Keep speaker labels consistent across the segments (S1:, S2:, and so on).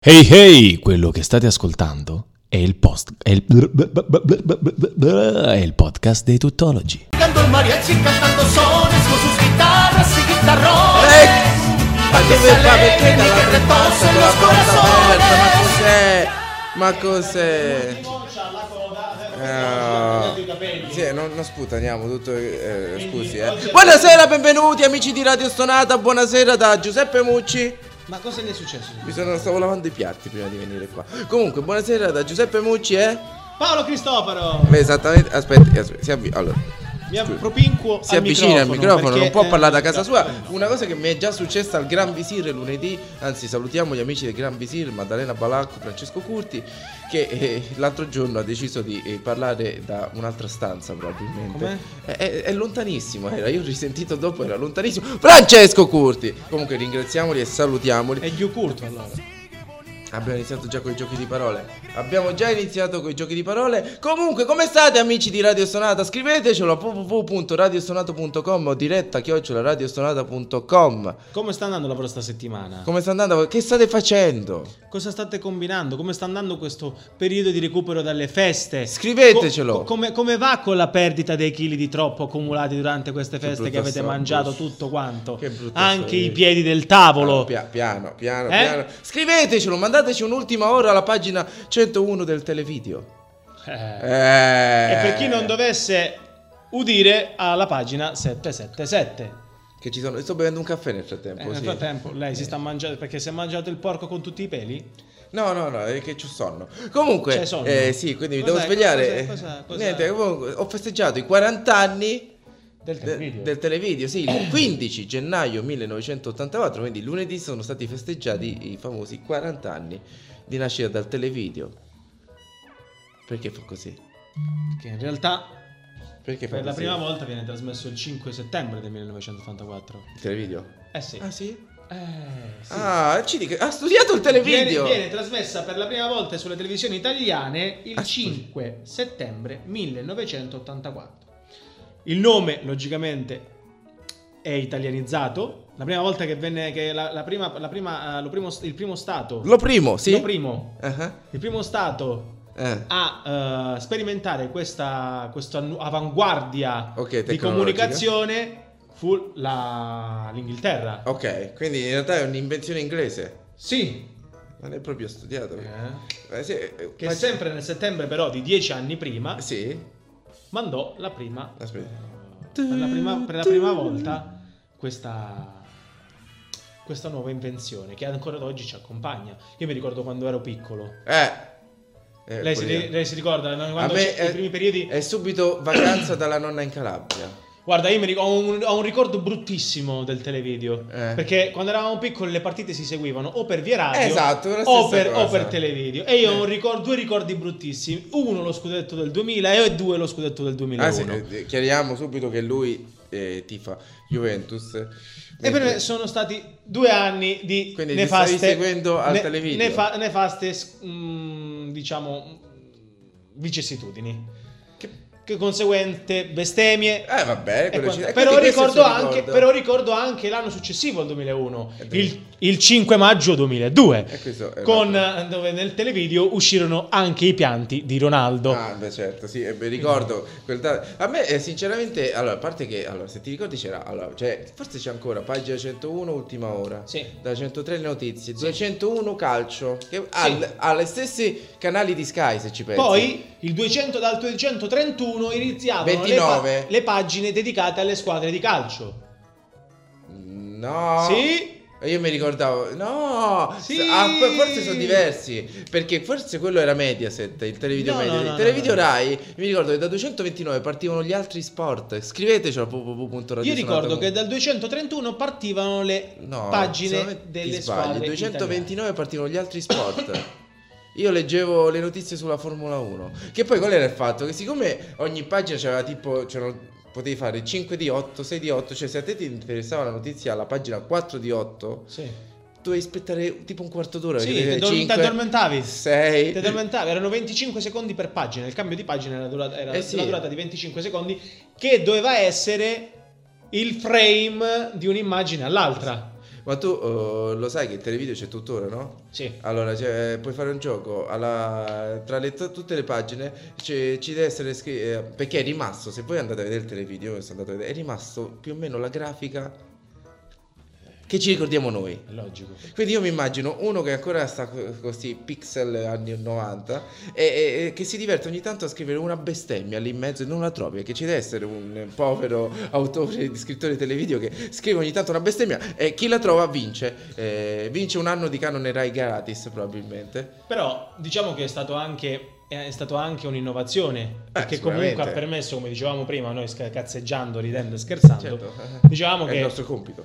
S1: Hey hey, quello che state ascoltando è il, post, è il, è il podcast dei tuttologi.
S2: Cantando el mariachi, cantando sones con sus guitarras y guitarrones.
S3: Ma dove va perché dalla proposta della porta aperta? Ma cos'è? Ma cos'è? Eh, sì, non, non sputaniamo tutto, eh, scusi eh. Buonasera, benvenuti amici di Radio Stonata, buonasera da Giuseppe Mucci
S4: Ma cosa gli è successo?
S3: Mi sono, stavo lavando i piatti prima di venire qua Comunque, buonasera da Giuseppe Mucci eh?
S4: Paolo Cristofaro!
S3: Beh, esattamente, aspetti, aspetti si avvi- allora
S4: Mi propinquo
S3: si
S4: al
S3: avvicina al microfono,
S4: perché,
S3: non può
S4: eh,
S3: parlare da casa
S4: no,
S3: sua.
S4: vabbè, no.
S3: Una cosa che mi è già successa al Gran Visir lunedì, anzi salutiamo gli amici del Gran Visir, Maddalena Balacco, Francesco Curti, che eh, l'altro giorno ha deciso di eh, parlare da un'altra stanza probabilmente.
S4: Com'è?
S3: È, è- è lontanissimo, era, io ho risentito dopo, era lontanissimo. Francesco Curti! Comunque ringraziamoli e salutiamoli.
S4: È Giucurto allora.
S3: Abbiamo iniziato già con i giochi di parole. Abbiamo già iniziato con i giochi di parole. Comunque, come state, amici di Radio Sonata? Scrivetecelo a www.radiostonato.com o diretta chiocciola radiostonata.com.
S4: Come sta andando la vostra settimana?
S3: Come sta andando? Che state facendo?
S4: cosa state combinando? Come sta andando questo periodo di recupero dalle feste?
S3: Scrivetecelo.
S4: Co- co- come, come va con la perdita dei chili di troppo accumulati durante queste feste che
S3: brutta
S4: avete
S3: storia.
S4: mangiato tutto quanto?
S3: Che brutta
S4: Anche
S3: storia.
S4: i piedi del tavolo.
S3: Allora, Ah, pia- piano, piano,
S4: Eh?
S3: piano. Scrivetecelo, mandateci un'ultima ora alla pagina 101 del televideo.
S4: Eh.
S3: Eh.
S4: E per chi non dovesse udire alla pagina 777.
S3: Che ci sono... Sto bevendo un caffè nel frattempo.
S4: Eh, nel
S3: sì.
S4: frattempo lei si
S3: Eh.
S4: sta mangiando perché si è mangiato il porco con tutti i peli?
S3: No, no, no, è che c'ho sonno. Comunque,
S4: C'hai sonno?
S3: eh, sì, quindi mi
S4: Cos'è,
S3: devo svegliare.
S4: cos'è, cos'è, cos'è?
S3: Niente, comunque, ho festeggiato i 40 anni
S4: Del
S3: de-
S4: televideo.
S3: del televideo, sì, il 15 gennaio 1984, quindi lunedì sono stati festeggiati i famosi 40 anni di nascita dal televideo. Perché fa così?
S4: Che in realtà
S3: Perché fa
S4: per la
S3: così?
S4: prima volta viene trasmesso il 5 settembre del 1984.
S3: Il televideo?
S4: Eh sì.
S3: Ah, sì?
S4: Eh, sì.
S3: Ah, ci dica- ha studiato il televideo!
S4: Viene, viene trasmessa per la prima volta sulle televisioni italiane il
S3: Ah, scusi.
S4: 5 settembre 1984. Il nome, logicamente, è italianizzato. La prima volta che venne, che la, la prima, la prima, eh, lo primo- il primo stato,
S3: Lo primo, sì?
S4: lo primo,
S3: Ah,
S4: il primo stato
S3: eh.
S4: a eh, sperimentare questa, questa nu- avanguardia
S3: Ok,
S4: di
S3: tecnologica.
S4: comunicazione fu la- l'Inghilterra.
S3: Ok, quindi in realtà è un'invenzione inglese.
S4: Sì,
S3: Non è proprio studiato.
S4: che
S3: Eh, sì, eh, ma-
S4: sempre nel settembre però di dieci anni prima
S3: Sì,
S4: mandò la prima,
S3: aspetta.
S4: per la prima, per la prima volta questa, questa nuova invenzione che ancora ad oggi ci accompagna. Io mi ricordo quando ero piccolo.
S3: Eh. Eh,
S4: Lei si,
S3: pure io.
S4: lei si ricorda
S3: A
S4: quando
S3: me
S4: c'è-
S3: è,
S4: i primi periodi
S3: è subito vacanza dalla nonna in Calabria.
S4: Guarda, io mi ric- ho, un, ho un ricordo bruttissimo del televideo.
S3: Eh.
S4: Perché quando eravamo piccoli le partite si seguivano o per via radio
S3: Esatto, la
S4: o,
S3: stessa
S4: per,
S3: cosa.
S4: o per televideo. E io
S3: Eh.
S4: ho un ricor- due ricordi bruttissimi. Uno lo scudetto del 2000 e due lo scudetto del 2001.
S3: Ah, sì, eh, chiariamo subito che lui eh, tifa Juventus.
S4: E per me
S3: Mentre-
S4: sono stati due anni di
S3: eh. Quindi li
S4: nefaste.
S3: stavi seguendo al televideo.
S4: nefa- nefaste, s- mm, diciamo, vicissitudini. Che, che conseguente bestemmie.
S3: Eh, vabbè,
S4: E
S3: quello ci-
S4: quanto-
S3: eh, quindi
S4: però,
S3: questo è il
S4: ricordo
S3: suo
S4: anche,
S3: ricordo.
S4: però ricordo anche l'anno successivo al 2001,
S3: Eh, beh.
S4: il, il 5 maggio 2002,
S3: Eh, questo è
S4: con,
S3: vero.
S4: eh, dove nel televideo uscirono anche i pianti di Ronaldo.
S3: Ah, beh, certo, sì, eh, beh, ricordo quel da- A me, eh, sinceramente, allora, a parte che, allora, se ti ricordi c'era, allora, cioè, forse c'è ancora, pagina 101, ultima ora.
S4: Sì.
S3: Da 103 le notizie, 201 calcio, che al- ha gli stessi canali di Sky, se ci pensi.
S4: Poi il 200 dal 231 iniziavano le,
S3: 29.
S4: le pagine dedicate alle squadre di calcio.
S3: No.
S4: Sì?
S3: E Io mi ricordavo, no,
S4: Sì.
S3: s- ah, poi forse sono diversi, perché forse quello era Mediaset, il televideo
S4: No,
S3: Mediaset.
S4: no, no,
S3: il televideo
S4: no, no.
S3: Rai, mi ricordo che da 229 partivano gli altri sport, scriveteci a www.radiosonata.com.
S4: Io ricordo che dal 231 partivano le
S3: No, secondo me
S4: pagine
S3: ti sbagli,
S4: delle squadre
S3: 229
S4: italiane.
S3: partivano gli altri sport. Io leggevo le notizie sulla Formula 1. Che poi qual era il fatto? Che siccome ogni pagina c'era tipo. c'erano- potevi fare 5 di 8, 6 di 8. Cioè, se a te ti interessava la notizia alla pagina 4 di 8,
S4: Sì.
S3: dovevi aspettare tipo un quarto d'ora.
S4: Sì,
S3: perché
S4: ti addor- ti
S3: 5,
S4: addormentavi.
S3: 6.
S4: Ti addormentavi, erano 25 secondi per pagina. Il cambio di pagina era, dura- era
S3: Eh sì.
S4: la durata di 25 secondi, che doveva essere il frame di un'immagine all'altra.
S3: Ma tu eh, lo sai che il televideo c'è tuttora, no?
S4: Sì.
S3: Allora, cioè, puoi fare un gioco alla- tra le t- tutte le pagine c'è- ci deve essere scritto perché è rimasto. Se voi andate a vedere il televideo, io sono andato a vedere, è rimasto più o meno la grafica che ci ricordiamo noi.
S4: È logico.
S3: Quindi io mi immagino uno che ancora sta co- con questi pixel anni 90 e, e- e che si diverte ogni tanto a scrivere una bestemmia lì in mezzo e non la trovi, che ci deve essere un eh, povero autore di scrittore di televideo che scrive ogni tanto una bestemmia e chi la trova vince. Eh, vince un anno di canone Rai gratis probabilmente.
S4: Però diciamo che è stato anche è stato anche un'innovazione
S3: Eh,
S4: perché
S3: sicuramente.
S4: comunque ha permesso, come dicevamo prima, noi sca- cazzeggiando, ridendo e scherzando,
S3: Certo.
S4: dicevamo
S3: È il
S4: che
S3: nostro compito.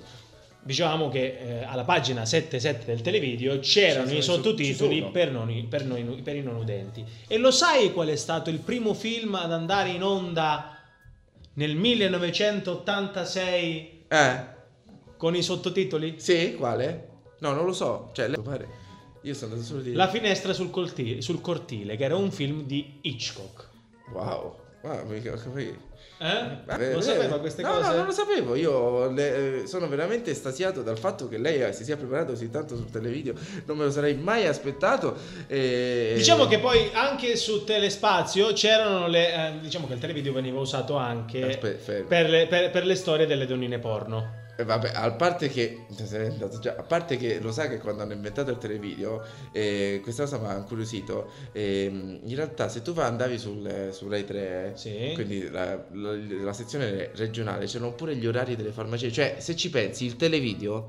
S4: diciamo che eh, alla pagina 77 del televideo
S3: Ci sono-
S4: c'erano i
S3: ci sono.
S4: sottotitoli per, non i- per noi- per i non udenti. E lo sai qual è stato il primo film ad andare in onda nel 1986
S3: Eh?
S4: con i sottotitoli?
S3: Sì? Quale? No, non lo so. Cioè, lei- pare. Io sono andato solo a dire.
S4: La finestra sul colti- sul cortile, che era un film di Hitchcock.
S3: Wow. Wow, mi capito.
S4: Eh?
S3: Eh,
S4: Lo
S3: eh,
S4: sapeva queste
S3: no,
S4: cose?
S3: No, non lo sapevo. Io le- eh, sono veramente estasiato dal fatto che lei eh, si sia preparato così tanto sul televideo. Non me lo sarei mai aspettato. e-
S4: Diciamo che poi anche su Telespazio c'erano le. eh, diciamo che il televideo veniva usato anche
S3: Aspe- fermo.
S4: per le, per- per le storie delle donnine porno.
S3: Eh, vabbè, a parte che. se n'è andato già, a parte che lo sa che quando hanno inventato il televideo, eh, questa cosa mi ha incuriosito. ehm, in realtà, se tu va- andavi sul, eh, su Rai 3,
S4: Sì.
S3: quindi la, la- la sezione regionale, c'erano pure gli orari delle farmacie. Cioè, se ci pensi, il televideo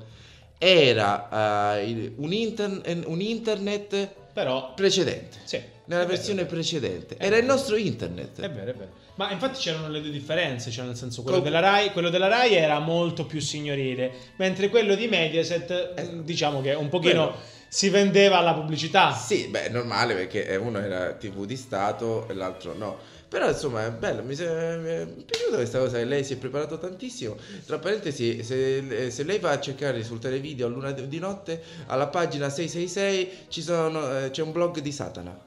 S3: era eh, il- un, inter- un internet
S4: Però.
S3: precedente.
S4: Sì.
S3: Nella
S4: è
S3: versione
S4: vero.
S3: precedente.
S4: È
S3: Era il
S4: vero.
S3: nostro internet.
S4: È vero, è vero. Ma infatti c'erano le due differenze, cioè nel senso quello
S3: Com-
S4: della Rai, quello della Rai era molto più signorile, mentre quello di Mediaset
S3: Esatto.
S4: diciamo che un pochino
S3: Quello.
S4: si vendeva alla pubblicità.
S3: Sì, beh, è normale perché eh, uno era TV di Stato e l'altro no. Però insomma è bello, mi, se- mi è piaciuta questa cosa che lei si è preparato tantissimo. Tra parentesi, se, eh, se lei va a cercare sul televideo a luna di notte, alla pagina 666 ci sono, eh, c'è un blog di Satana.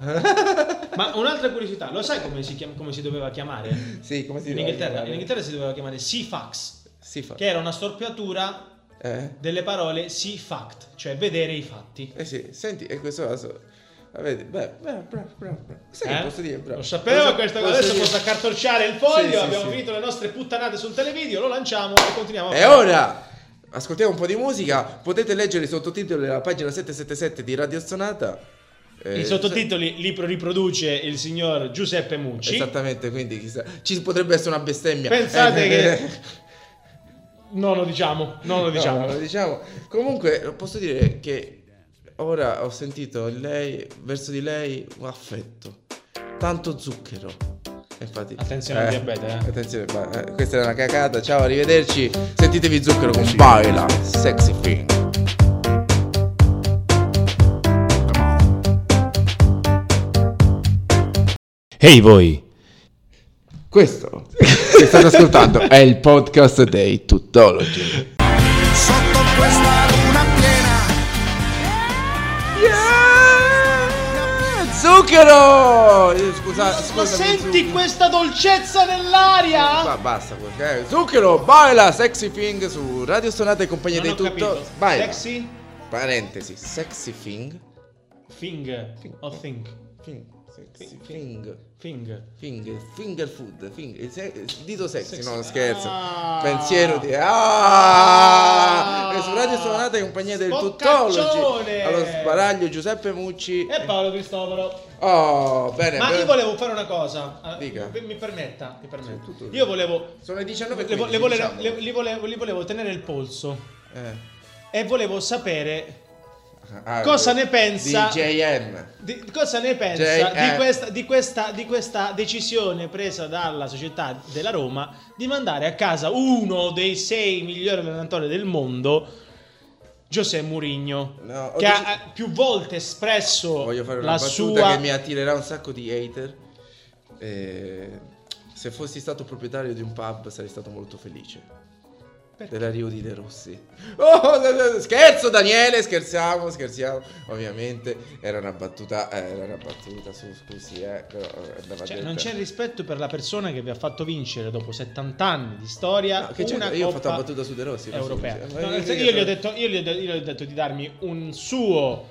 S4: Ma un'altra curiosità, lo sai come si, chiam- come si doveva chiamare?
S3: Sì, come si
S4: In
S3: dice?
S4: Inghilterra, in Inghilterra si doveva chiamare Sifax,
S3: Si fa.
S4: che era una storpiatura
S3: Eh?
S4: delle parole see fact, cioè vedere i fatti.
S3: Eh sì, senti, e questo caso. Vedi, beh, beh, bravo, bravo, bravo. Sai che
S4: Eh?
S3: posso dire, bravo.
S4: Lo sapevo
S3: Posso-
S4: questa
S3: posso
S4: cosa. Adesso
S3: dire-
S4: posso accartocciare il foglio.
S3: Sì, sì,
S4: abbiamo
S3: sì.
S4: finito le nostre puttanate sul televideo. Lo lanciamo e continuiamo. a
S3: E
S4: parlare.
S3: ora ascoltiamo un po' di musica. Potete leggere i sottotitoli della pagina 777 di Radio Sonata. Eh,
S4: I sottotitoli li pro- riproduce il signor Giuseppe
S3: se-
S4: Mucci.
S3: Esattamente, quindi chissà. Ci potrebbe essere una bestemmia.
S4: Pensate
S3: Eh,
S4: che-
S3: eh,
S4: Non lo diciamo, non lo
S3: no,
S4: diciamo.
S3: non lo diciamo. Comunque, posso dire che ora ho sentito in lei, verso di lei un affetto. Tanto zucchero. E Infatti,
S4: Attenzione al diabete, eh.
S3: Attenzione, ma, eh, questa è una cacata. Ciao, arrivederci. Sentitevi zucchero con Baila, sexy thing.
S1: Ehi voi!
S3: Questo che state ascoltando è il podcast dei Tutology.
S2: Sotto questa luna piena
S3: Eh, Zucchero! Eh, Scusa,
S4: Ma
S3: scusami,
S4: senti
S3: Zucchero.
S4: questa dolcezza nell'aria?
S3: Ba- basta, eh, Zucchero, baila sexy thing su Radio Sonata e compagnia
S4: non ho
S3: dei Tutto.
S4: capito.
S3: Baila.
S4: Sexy
S3: Parentesi, sexy thing.
S4: Fing o Oh, think
S3: Thing, Sexy thing.
S4: Fing
S3: Finger, finger food, finger, il se- il dito sexy,
S4: Sexy.
S3: no scherzo.
S4: Ah.
S3: Pensiero di ah!
S4: Ah.
S3: E su Radio Sonata in compagnia del
S4: Spoccaccione.
S3: tuttologi allo sbaraglio Giuseppe Mucci.
S4: e Paolo Cristoforo.
S3: Oh, bene.
S4: Ma
S3: bene.
S4: io volevo fare una cosa. Ah,
S3: Dica.
S4: Mi mi permetta, mi permetta.
S3: Sì, tutto.
S4: Io volevo
S3: Sono le 19
S4: le, vo- le vole-
S3: diciamo.
S4: le- li, volevo, li volevo tenere il polso
S3: Eh.
S4: e volevo sapere
S3: Ah,
S4: Cosa ne pensa-
S3: DJM.
S4: di- cosa ne pensa
S3: J- eh.
S4: di, questa, di, questa, di questa decisione presa dalla società della Roma di mandare a casa uno dei sei migliori allenatori del mondo. José Mourinho
S3: No, ho
S4: che ha
S3: deci-
S4: ha più volte espresso
S3: Voglio fare una
S4: la
S3: battuta
S4: sua
S3: che mi attirerà un sacco di hater. Eh, se fossi stato proprietario di un pub sarei stato molto felice. dell'arrivo di De Rossi. Oh, scherzo Daniele, scherziamo, scherziamo. Ovviamente era una battuta, eh, era una battuta, su, scusi, eh, però andava
S4: Cioè,
S3: detta.
S4: non c'è rispetto per la persona che vi ha fatto vincere dopo 70 anni di storia
S3: No, che c'è-
S4: una
S3: io ho
S4: coppa
S3: fatto la battuta su De Rossi. non so
S4: europea.
S3: come sia.
S4: No,
S3: Ma eh.
S4: nel
S3: che-
S4: senso, io, gli ho detto, io gli ho de- io gli ho detto di darmi un suo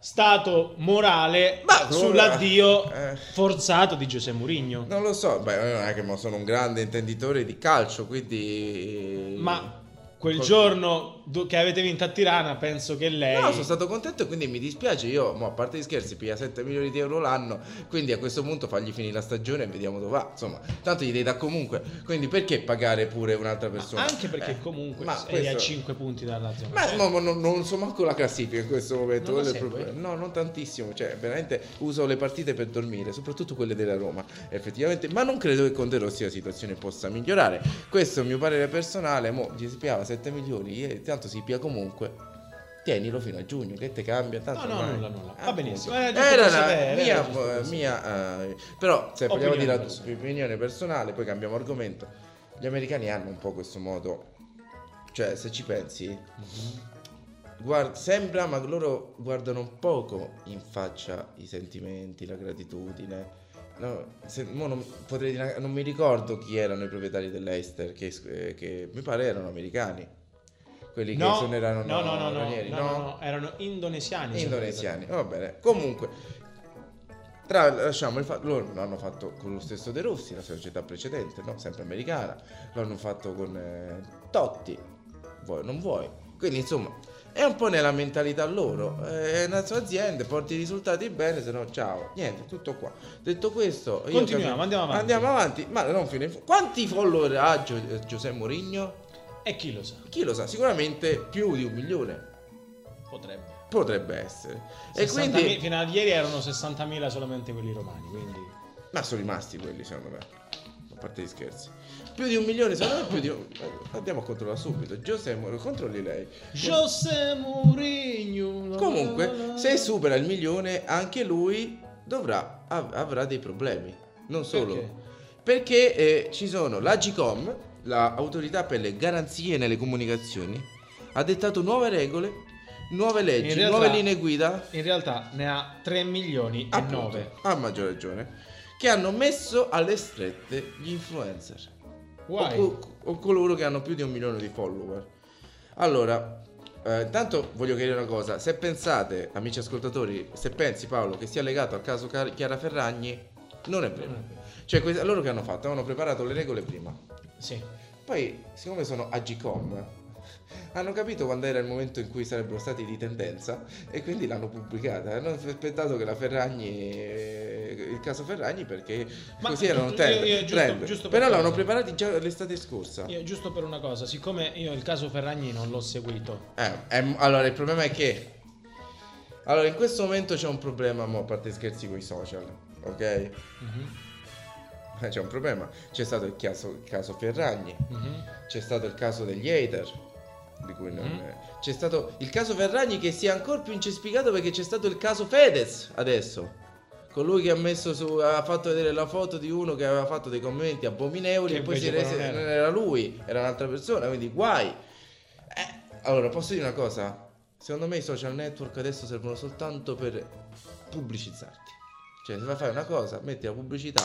S4: stato morale
S3: Ma
S4: sull'addio
S3: allora, eh.
S4: forzato di Giuseppe Mourinho.
S3: Non lo so, beh, non è che mo sono un grande intenditore di calcio, quindi...
S4: Ma quel
S3: Col-
S4: giorno do- che avete vinto a Tirana, penso che lei.
S3: No, sono stato contento e quindi mi dispiace. Io, mo, a parte gli scherzi, piglia 7 milioni di euro l'anno. Quindi a questo punto fagli finire la stagione e vediamo dove va. Insomma, tanto gli devi dà comunque. Quindi perché pagare pure un'altra persona?
S4: Anche perché
S3: Eh,
S4: comunque
S3: ma
S4: sei a
S3: questo-
S4: 5 punti dalla zona. Eh.
S3: Ma no, ma non, non so manco la classifica in questo momento.
S4: Non la
S3: quello è il
S4: segui?
S3: problema. No, non tantissimo. Cioè, veramente uso le partite per dormire, soprattutto quelle della Roma, effettivamente. Ma non credo che con De Rossi la situazione possa migliorare. Questo è il mio parere personale. Mo gli si piava 7 milioni, e tanto si pia comunque. Tienilo fino a giugno, che te cambia? Tanto
S4: No, no,
S3: ormai- Ah,
S4: nulla, nulla. Va
S3: Appunto.
S4: benissimo. Eh, Era giusto
S3: Era
S4: per
S3: una
S4: sapere, era giusto
S3: mia,
S4: per
S3: mia, eh, però se vogliamo
S4: Opinione
S3: dire la tua
S4: personale.
S3: opinione personale, poi cambiamo argomento. Gli americani hanno un po' questo modo, cioè se ci pensi, guard- sembra ma loro guardano poco in faccia i sentimenti, la gratitudine. No, se- mo non, potrei dire- non mi ricordo chi erano i proprietari dell'Eister, che, eh, che mi pare erano americani. Quelli che
S4: No,
S3: esonerano
S4: no, no, no, no,
S3: Ranieri,
S4: no, no, no, erano indonesiani.
S3: indonesiani. Va bene. Comunque, tra, lasciamo il fatto. Loro l'hanno fatto con lo stesso De Rossi, la società precedente, no? sempre americana. L'hanno fatto con eh, Totti. Vuoi, non vuoi. Quindi, insomma, è un po' nella mentalità loro. Eh, È una sua azienda, porti i risultati bene, se no, ciao. Niente, tutto qua. Detto questo, io
S4: Continuiamo,
S3: capi-
S4: andiamo avanti.
S3: Andiamo avanti, ma non fino in fu- Quanti follower ha Gio- eh, Giuseppe Mourinho?
S4: E chi lo sa,
S3: Chi lo sa, sicuramente più di un milione.
S4: potrebbe.
S3: Potrebbe essere.
S4: 60.000 fino a ieri erano 60.000 solamente quelli romani, quindi
S3: Ma sono rimasti quelli, secondo me. A parte gli scherzi. Più di un milione, secondo me più di un... Andiamo a controllare subito. Giuseppe, Mourinho, controlli lei.
S4: José Mourinho. la la la
S3: Comunque,
S4: la.
S3: se supera il milione, anche lui dovrà, av- avrà dei problemi. Non solo.
S4: Perché?
S3: Perché eh, ci sono l'Agicom, l'autorità per le garanzie nelle comunicazioni, ha dettato nuove regole, nuove leggi,
S4: realtà-
S3: nuove linee guida.
S4: in realtà ne ha 3 milioni e
S3: Appunto,
S4: 9.
S3: A maggior ragione. Che hanno messo alle strette gli influencer.
S4: Why?
S3: O, co- o coloro che hanno più di un milione di follower. Allora, eh, intanto voglio chiedere una cosa. Se pensate, amici ascoltatori, se pensi Paolo che sia legato al caso Car- Chiara Ferragni, non è vero.
S4: Non è vero.
S3: Cioè, que- loro che hanno fatto? Hanno preparato le regole prima.
S4: Sì.
S3: Poi, siccome sono Agicom, hanno capito quando era il momento in cui sarebbero stati di tendenza e quindi l'hanno pubblicata. Hanno aspettato che la Ferragni, eh, il caso Ferragni, perché
S4: Ma
S3: così erano
S4: io-
S3: trend.
S4: io giusto-
S3: trend.
S4: giusto per
S3: Però l'hanno
S4: cosa?
S3: preparati già l'estate scorsa.
S4: Io, giusto per una cosa, siccome io il caso Ferragni non l'ho seguito.
S3: Eh, ehm, allora, il problema è che. Allora, in questo momento c'è un problema, mo, a parte scherzi con i social, ok? Eh,
S4: Mhm.
S3: C'è un problema. C'è stato il caso, il caso Ferragni.
S4: Mhm.
S3: C'è stato il caso degli hater. Di cui non C'è stato il caso Ferragni che si è ancora più incespicato perché c'è stato il caso Fedez adesso. Colui che ha messo su. ha fatto vedere la foto di uno che aveva fatto dei commenti abominevoli
S4: Che
S3: e poi si è
S4: invece
S3: reso.
S4: poi non era.
S3: non era lui, era un'altra persona, quindi guai. Eh, allora, posso dire una cosa? Secondo me i social network adesso servono soltanto per pubblicizzarti. Cioè, se vai a fare una cosa, metti la pubblicità,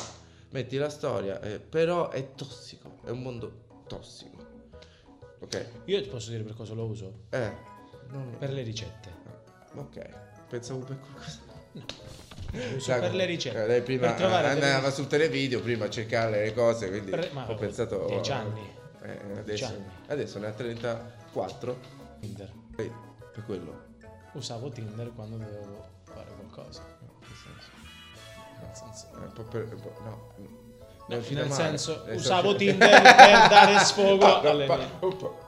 S3: metti la storia, eh, però è tossico, è un mondo tossico. Ok?
S4: Io ti posso dire per cosa lo uso?
S3: Eh, non
S4: Per le ricette.
S3: Ok, pensavo per qualcosa.
S4: Lo uso
S3: Sai
S4: per
S3: come-
S4: le ricette.
S3: eh, lei prima
S4: per trovare
S3: eh,
S4: delle-
S3: andava su televideo prima a cercare le cose, quindi
S4: Per- ma
S3: ho pensato...
S4: dieci anni.
S3: Eh,
S4: Dieci
S3: adesso,
S4: anni.
S3: adesso ne ha 34.
S4: Tinder.
S3: Eh, per quello.
S4: Usavo Tinder quando dovevo fare qualcosa. Nel senso-
S3: Eh, un po' per- un po'- no.
S4: No,
S3: Nel
S4: nel senso, usavo Tinder per dare sfogo alle mie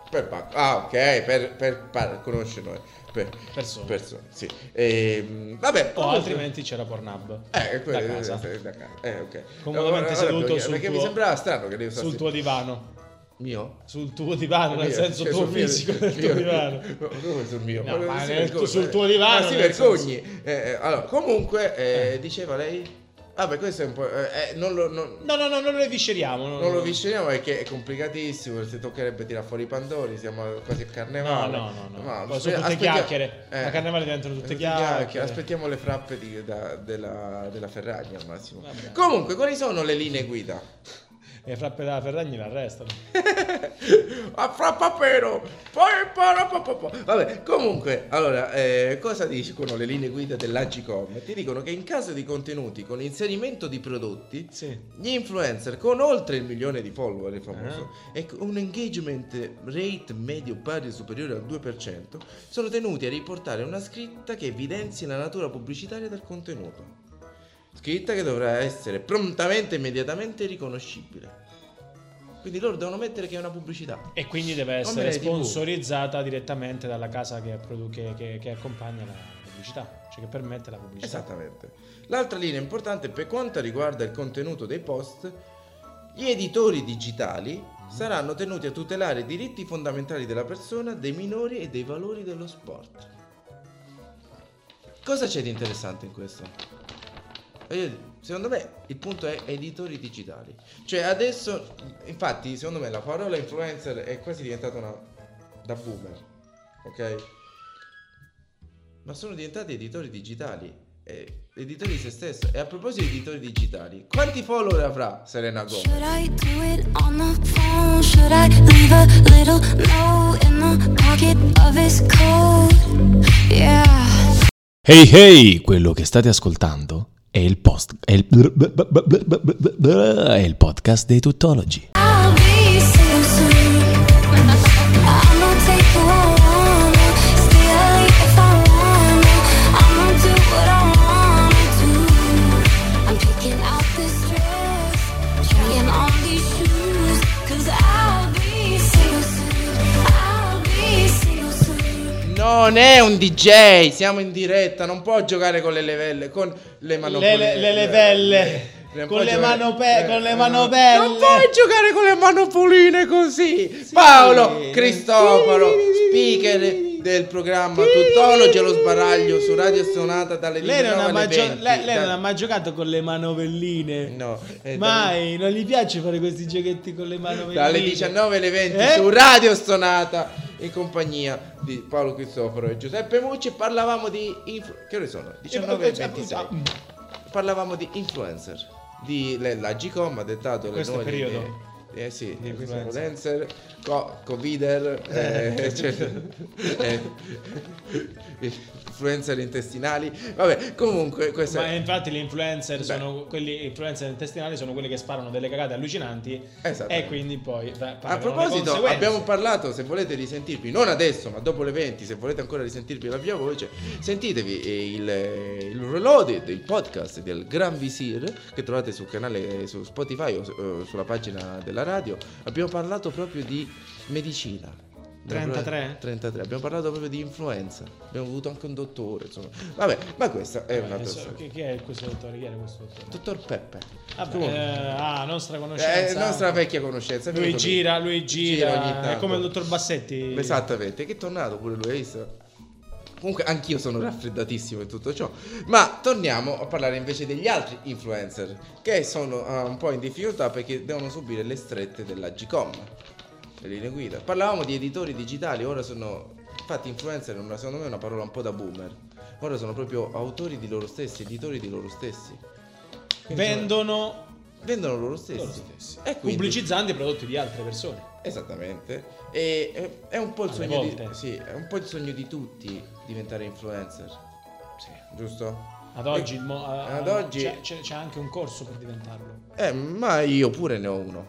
S3: Per Paco. Ah, ok, per, per par- conoscere noi. Per,
S4: persone.
S3: persone, sì. Ehm, vabbè.
S4: o
S3: comunque-
S4: altrimenti c'era Pornhub.
S3: Eh, quello
S4: da casa.
S3: eh, da casa. Eh, ok.
S4: Comodamente
S3: Allora,
S4: seduto
S3: perché,
S4: sul
S3: perché mi
S4: tuo-
S3: sembrava strano che devi stare
S4: Sul tuo divano.
S3: mio.
S4: Sul tuo divano, Ah, nel
S3: Mio,
S4: senso
S3: cioè,
S4: tuo
S3: sul mio-
S4: fisico,
S3: mio-
S4: nel tuo divano.
S3: No, come sul mio?
S4: No, ma
S3: si
S4: nel-
S3: vergogna,
S4: sul
S3: eh.
S4: tuo divano,
S3: Ma si
S4: nel senso. Eh.
S3: vergogni. Eh, eh, allora, comunque, eh, diceva lei Vabbè, questo è un po'. eh, eh, non lo. non-
S4: No, no, no, non lo visceriamo. no,
S3: non
S4: no,
S3: lo
S4: no.
S3: avviciniamo perché è complicatissimo. Se toccherebbe tirare fuori i pandori, siamo quasi a
S4: No,
S3: carnevale.
S4: no, no, no.
S3: Ma
S4: Poi
S3: aspe-
S4: sono tutte
S3: aspettiamo-
S4: chiacchiere.
S3: eh,
S4: A carnevale diventano tutte chiacchiere.
S3: Aspettiamo le frappe di- da- della, della Ferragni al massimo.
S4: Vabbè.
S3: Comunque, quali sono le linee guida?
S4: E frappe da Ferragni l'arrestano.
S3: A frappa però! Poi, pa- pa- pa- pa- Vabbè, comunque, allora, eh, cosa dicono le linee guida dell'Agicom? Ti dicono che in caso di contenuti con inserimento di prodotti,
S4: Sì.
S3: gli influencer con oltre il milione di follower famoso e con un engagement rate medio pari o superiore al 2% sono tenuti a riportare una scritta che evidenzi la natura pubblicitaria del contenuto. Scritta che dovrà essere prontamente e immediatamente riconoscibile. Quindi loro devono mettere che è una pubblicità.
S4: E quindi deve
S3: Come
S4: essere
S3: le TV.
S4: sponsorizzata direttamente dalla casa che, produ- che- che- che accompagna la pubblicità, cioè che permette la pubblicità.
S3: Esattamente. L'altra linea importante per quanto riguarda il contenuto dei post, gli editori digitali saranno tenuti a tutelare i diritti fondamentali della persona, dei minori e dei valori dello sport. Cosa c'è di interessante in questo? Io- Secondo me il punto è editori digitali. Cioè adesso, infatti, secondo me la parola influencer è quasi diventata una... da boomer. Ok? ma sono diventati editori digitali. eh, editori di se stesso. E a proposito di editori digitali, quanti follower avrà Serena Gomez?
S5: Should I do it on the phone? Should I leave a little note in the pocket of his coat? Yeah.
S1: Hey hey, quello che state ascoltando è il post è il, è il podcast dei tuttologi.
S5: I'll be so sweet. I'ma take who I wanna, stay late if I wanna. I'ma do what I wanna do. I'm picking out this dress, trying on these shoes. 'Cause I'll be so sweet. I'll be so sweet.
S3: Non è un DJ, siamo in diretta, non può giocare con le levelle, con le manopole.
S4: Le- le- le levelle.
S3: Non
S4: Con
S3: può
S4: le
S3: giocare-
S4: manope- con le
S3: no,
S4: manopelle.
S3: Non puoi giocare con le manopoline così. Paolo Cristoforo, speaker del programma Tuttologi allo sbaraglio su Radio Sonata dalle
S4: Lei
S3: 19
S4: non, ha
S3: alle
S4: mai gio-
S3: 20.
S4: lei- lei
S3: Da-
S4: non ha mai giocato con le manovelline.
S3: No, eh,
S4: Mai, non gli piace fare questi giochetti con le manovelline.
S3: dalle 19 alle 20
S4: Eh?
S3: su Radio Stonata in compagnia di Paolo Cristoforo e Giuseppe Mucci parlavamo di inf- che ore sono?
S4: Eh,
S3: 19 e 26 parlavamo di influencer di le- la Gcom ha dettato le
S4: Questo
S3: nuove
S4: periodo.
S3: linee- eh sì,
S4: Di
S3: questo
S4: influencer.
S3: influencer, co- covider, eh, eccetera. Eh, influencer intestinali. Vabbè, comunque questo
S4: Ma
S3: è...
S4: infatti gli influencer
S3: Beh.
S4: sono quelli gli influencer intestinali sono quelli che sparano delle cagate allucinanti e
S3: Esattamente.
S4: quindi poi pa-
S3: Esatto. A
S4: pagano le
S3: proposito,
S4: conseguenze.
S3: abbiamo parlato, se volete risentirvi, non adesso, ma dopo le 20, se volete ancora risentirvi la mia voce, sentitevi eh, il, eh, il Reloaded, il podcast del Gran Visir, che trovate sul canale eh, su Spotify o su- eh, sulla pagina della radio. Abbiamo parlato proprio di medicina. Abbiamo parlato-
S4: 33?
S3: 33, abbiamo parlato proprio di influenza. Abbiamo avuto anche un dottore, insomma. Vabbè, ma questa è
S4: Eh,
S3: un'altra
S4: adesso-
S3: storia.
S4: chi, chi è questo dottore? Chi era questo dottore?
S3: Dottor Peppe.
S4: Vabbè,
S3: Comunque.
S4: eh, ah, nostra
S3: Eh,
S4: conoscenza.
S3: nostra vecchia conoscenza. è
S4: lui
S3: venuto qui.
S4: gira, lui gira,
S3: ogni
S4: è
S3: tanto. Esatto.
S4: come il dottor Bassetti.
S3: Esattamente, che è tornato pure lui, hai visto? Comunque anch'io sono raffreddatissimo in tutto ciò. Ma torniamo a parlare invece degli altri influencer che sono eh, un po' in difficoltà perché devono subire le strette della Gcom, le linee guida. Parlavamo di editori digitali, ora sono... Infatti influencer è una- secondo me è una parola un po' da boomer. Ora sono proprio autori di loro stessi, editori di loro stessi. Quindi sono-
S4: Vendono
S3: vendono loro stessi.
S4: loro stessi,
S3: E quindi-
S4: pubblicizzando i prodotti di altre persone.
S3: Esattamente. E eh, è un po' il
S4: Alle
S3: sogno di,
S4: volte.
S3: sì, è un po' il sogno di tutti diventare influencer, giusto?
S4: Ad oggi, il mo- eh, cioè, a-
S3: Ad oggi-
S4: c'è, c'è- c'è anche un corso per diventarlo.
S3: Eh, ma io pure ne ho uno.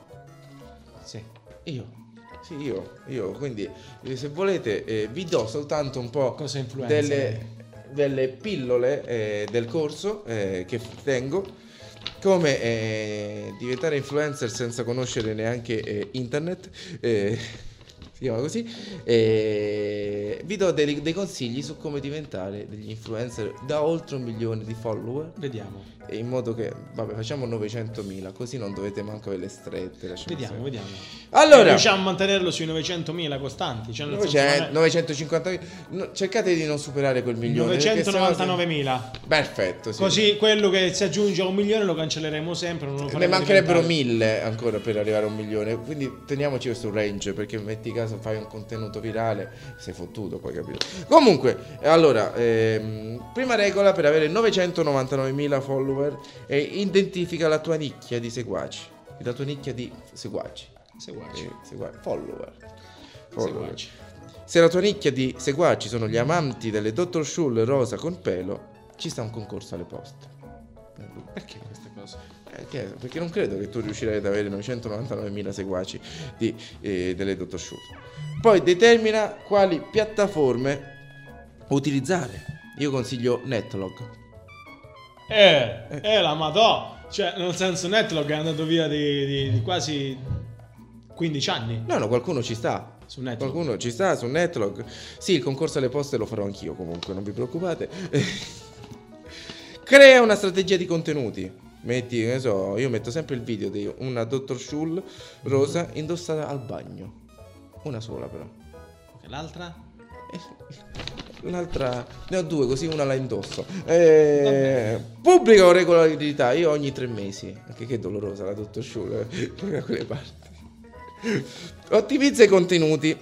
S4: Sì.
S3: Io. Sì, io, io, quindi eh, se volete eh, vi do soltanto un po'
S4: Cosa influenza?
S3: delle, delle pillole eh, del corso eh, che tengo, come eh, diventare influencer senza conoscere neanche eh, internet. eh, sì, chiama così. E vi do dei, dei consigli su come diventare degli influencer da oltre un milione di follower.
S4: Vediamo.
S3: e In modo che, vabbè, facciamo 900.000, così non dovete manco avere le strette. lasciamo
S4: Vediamo,
S3: stare.
S4: vediamo.
S3: Allora,
S4: riusciamo a mantenerlo sui 900.000 costanti. Cioè nel
S3: 900,
S4: senso, non è-
S3: 950.000. no, cercate di non superare quel milione. perché sennò-
S4: 999.000.
S3: Perfetto, sì.
S4: Così quello che si aggiunge a un milione lo cancelleremo sempre. Non lo
S3: Ne
S4: faremo
S3: mancherebbero
S4: diventare.
S3: mille ancora per arrivare a un milione. Quindi teniamoci questo range. Perché metti caso fai un contenuto virale. Sei fottuto, poi capito. Comunque, eh, allora, ehm, prima regola per avere 999.000 follower è identifica la tua nicchia di seguaci. La tua nicchia di seguaci.
S4: Seguaci.
S3: Eh, segua- follower. Follower.
S4: Seguaci.
S3: Se la tua nicchia di seguaci sono gli amanti delle Dr. Schull rosa con pelo, ci sta un concorso alle poste.
S4: Perché queste cose?
S3: Eh, che- Perché non credo che tu riuscirai ad avere 999.000 seguaci di, eh, delle Dr. Schull. Poi determina quali piattaforme utilizzare. Io consiglio Netlog.
S4: Eh, eh, la madò. Cioè, nel senso, Netlog è andato via di, di- di quasi 15 anni
S3: No, no, qualcuno ci sta.
S4: su Netlog.
S3: Qualcuno ci sta su Netlog. Sì, il concorso alle poste lo farò anch'io comunque, non vi preoccupate. Crea una strategia di contenuti. Metti, che ne so, io metto sempre il video di una Dr. Schull rosa indossata al bagno. Una sola però.
S4: E L'altra?
S3: Un'altra, ne ho due così una la indosso. Eh, pubblica con regolarità, io ogni tre mesi. Anche che dolorosa la Dottor Schuller eh, da quelle parti. Ottimizza i contenuti.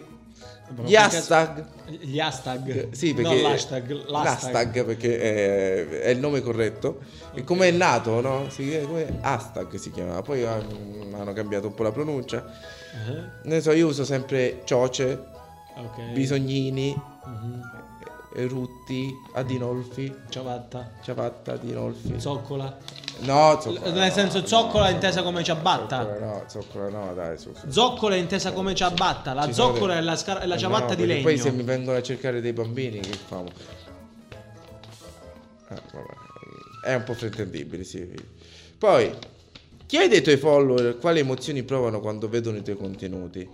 S3: Gli hashtag.
S4: Gli hashtag.
S3: Eh, Sì,
S4: No,
S3: perché
S4: l'hashtag. L'hashtag.
S3: l'hashtag, perché è, è il nome corretto. E come è nato, no? Si, come hashtag si chiamava. Poi ehm, hanno cambiato un po' la pronuncia.
S4: Eh,
S3: Ne so, io uso sempre cioce,
S4: Ok.
S3: bisognini,
S4: Mhm.
S3: eh, rutti, adinolfi.
S4: Ciabatta.
S3: Ciabatta di Nolfi.
S4: Zoccola.
S3: no, zoccola.
S4: Nel
S3: no,
S4: senso,
S3: no,
S4: zoccola
S3: no,
S4: intesa come ciabatta.
S3: Zoccola no, zoccola no, dai, su. su.
S4: Zoccola è intesa come ciabatta. La
S3: Ci sono
S4: zoccola
S3: dei-
S4: è la, scar- è la
S3: Eh,
S4: ciabatta
S3: no,
S4: di
S3: perché
S4: legno.
S3: Poi se mi vengono a cercare dei bambini, che famo? Eh, vabbè. È un po' fraintendibile, sì. Poi, chiedi ai tuoi follower quali emozioni provano quando vedono i tuoi contenuti.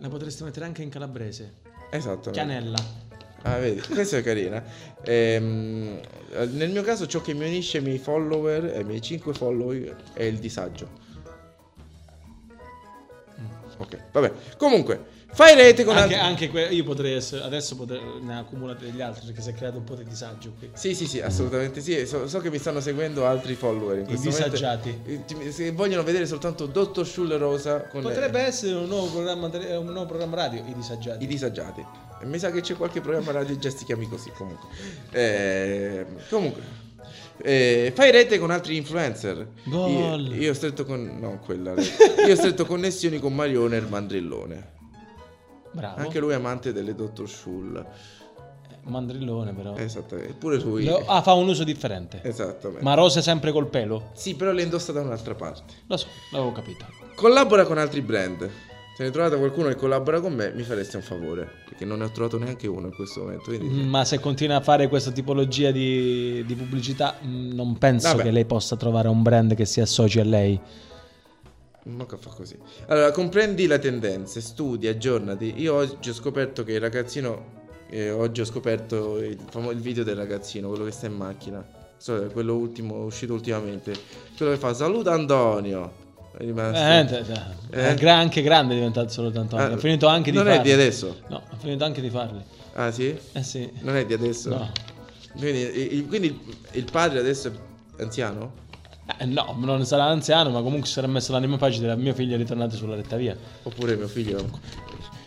S4: La potresti mettere anche in calabrese.
S3: Esatto.
S4: Chianella.
S3: Ah, vedi, questa è carina. Ehm, nel mio caso, ciò che mi unisce ai miei follower, ai miei 5 follower, è il disagio. Ok, vabbè. Comunque, fai rete con
S4: Mm. Anche,
S3: altri-
S4: anche que- io potrei essere. Adesso potrei, ne accumulate degli altri perché si è creato un po' di disagio qui.
S3: Sì, sì, sì, assolutamente sì. So, so che mi stanno seguendo altri follower in
S4: I
S3: questo momento.
S4: disagiati.
S3: Eh, ti- Se vogliono vedere soltanto Dottor Schuller Rosa con
S4: Potrebbe
S3: eh,
S4: essere un nuovo programma, tele- un nuovo programma radio. I disagiati.
S3: i disagiati. E Mi sa che c'è qualche programma radio che già si chiami così. Comunque, Eh, comunque. Eh, fai rete con altri influencer.
S4: Gol.
S3: Io, io ho stretto con. No, quella. rete. Io ho stretto connessioni con Marione il Mandrillone.
S4: Bravo. Eh,
S3: Anche lui è amante delle Dottor Schull.
S4: Mandrillone, però.
S3: Esattamente. Eppure lui.
S4: Lo- ah, fa un uso differente.
S3: Eh, Esattamente.
S4: Ma rosa sempre col pelo.
S3: Sì, però le indossa da un'altra parte.
S4: Lo so, l'avevo capito.
S3: Collabora con altri brand. Se ne trovate qualcuno che collabora con me, mi fareste un favore. Perché non ne ho trovato neanche uno in questo momento. Quindi.
S4: Ma se continua a fare questa tipologia di, di pubblicità, mh, non penso
S3: Vabbè.
S4: che lei possa trovare un brand che si associ a lei.
S3: Ma che fa così? Allora, comprendi le tendenze, studi, aggiornati. Io oggi ho scoperto che il ragazzino. eh, oggi ho scoperto il, famo- il video del ragazzino, quello che sta in macchina. So, quello ultimo, uscito ultimamente. Quello che fa saluta Antonio. È rimasto.
S4: Eh, te- te-
S3: Eh?
S4: è gra- anche grande è diventato solo Antonio.
S3: Ah,
S4: ha finito anche di
S3: non
S4: farli.
S3: è di adesso.
S4: No, ha finito anche di farli.
S3: Ah, sì?
S4: Eh sì.
S3: Non è di adesso.
S4: No.
S3: Quindi, i- i- quindi il- il padre adesso è anziano?
S4: Eh, no, non sarà anziano, ma comunque si sarà messo l'anima pagina della mia figlia ritornata sulla retta via.
S3: Oppure mio figlio è un co-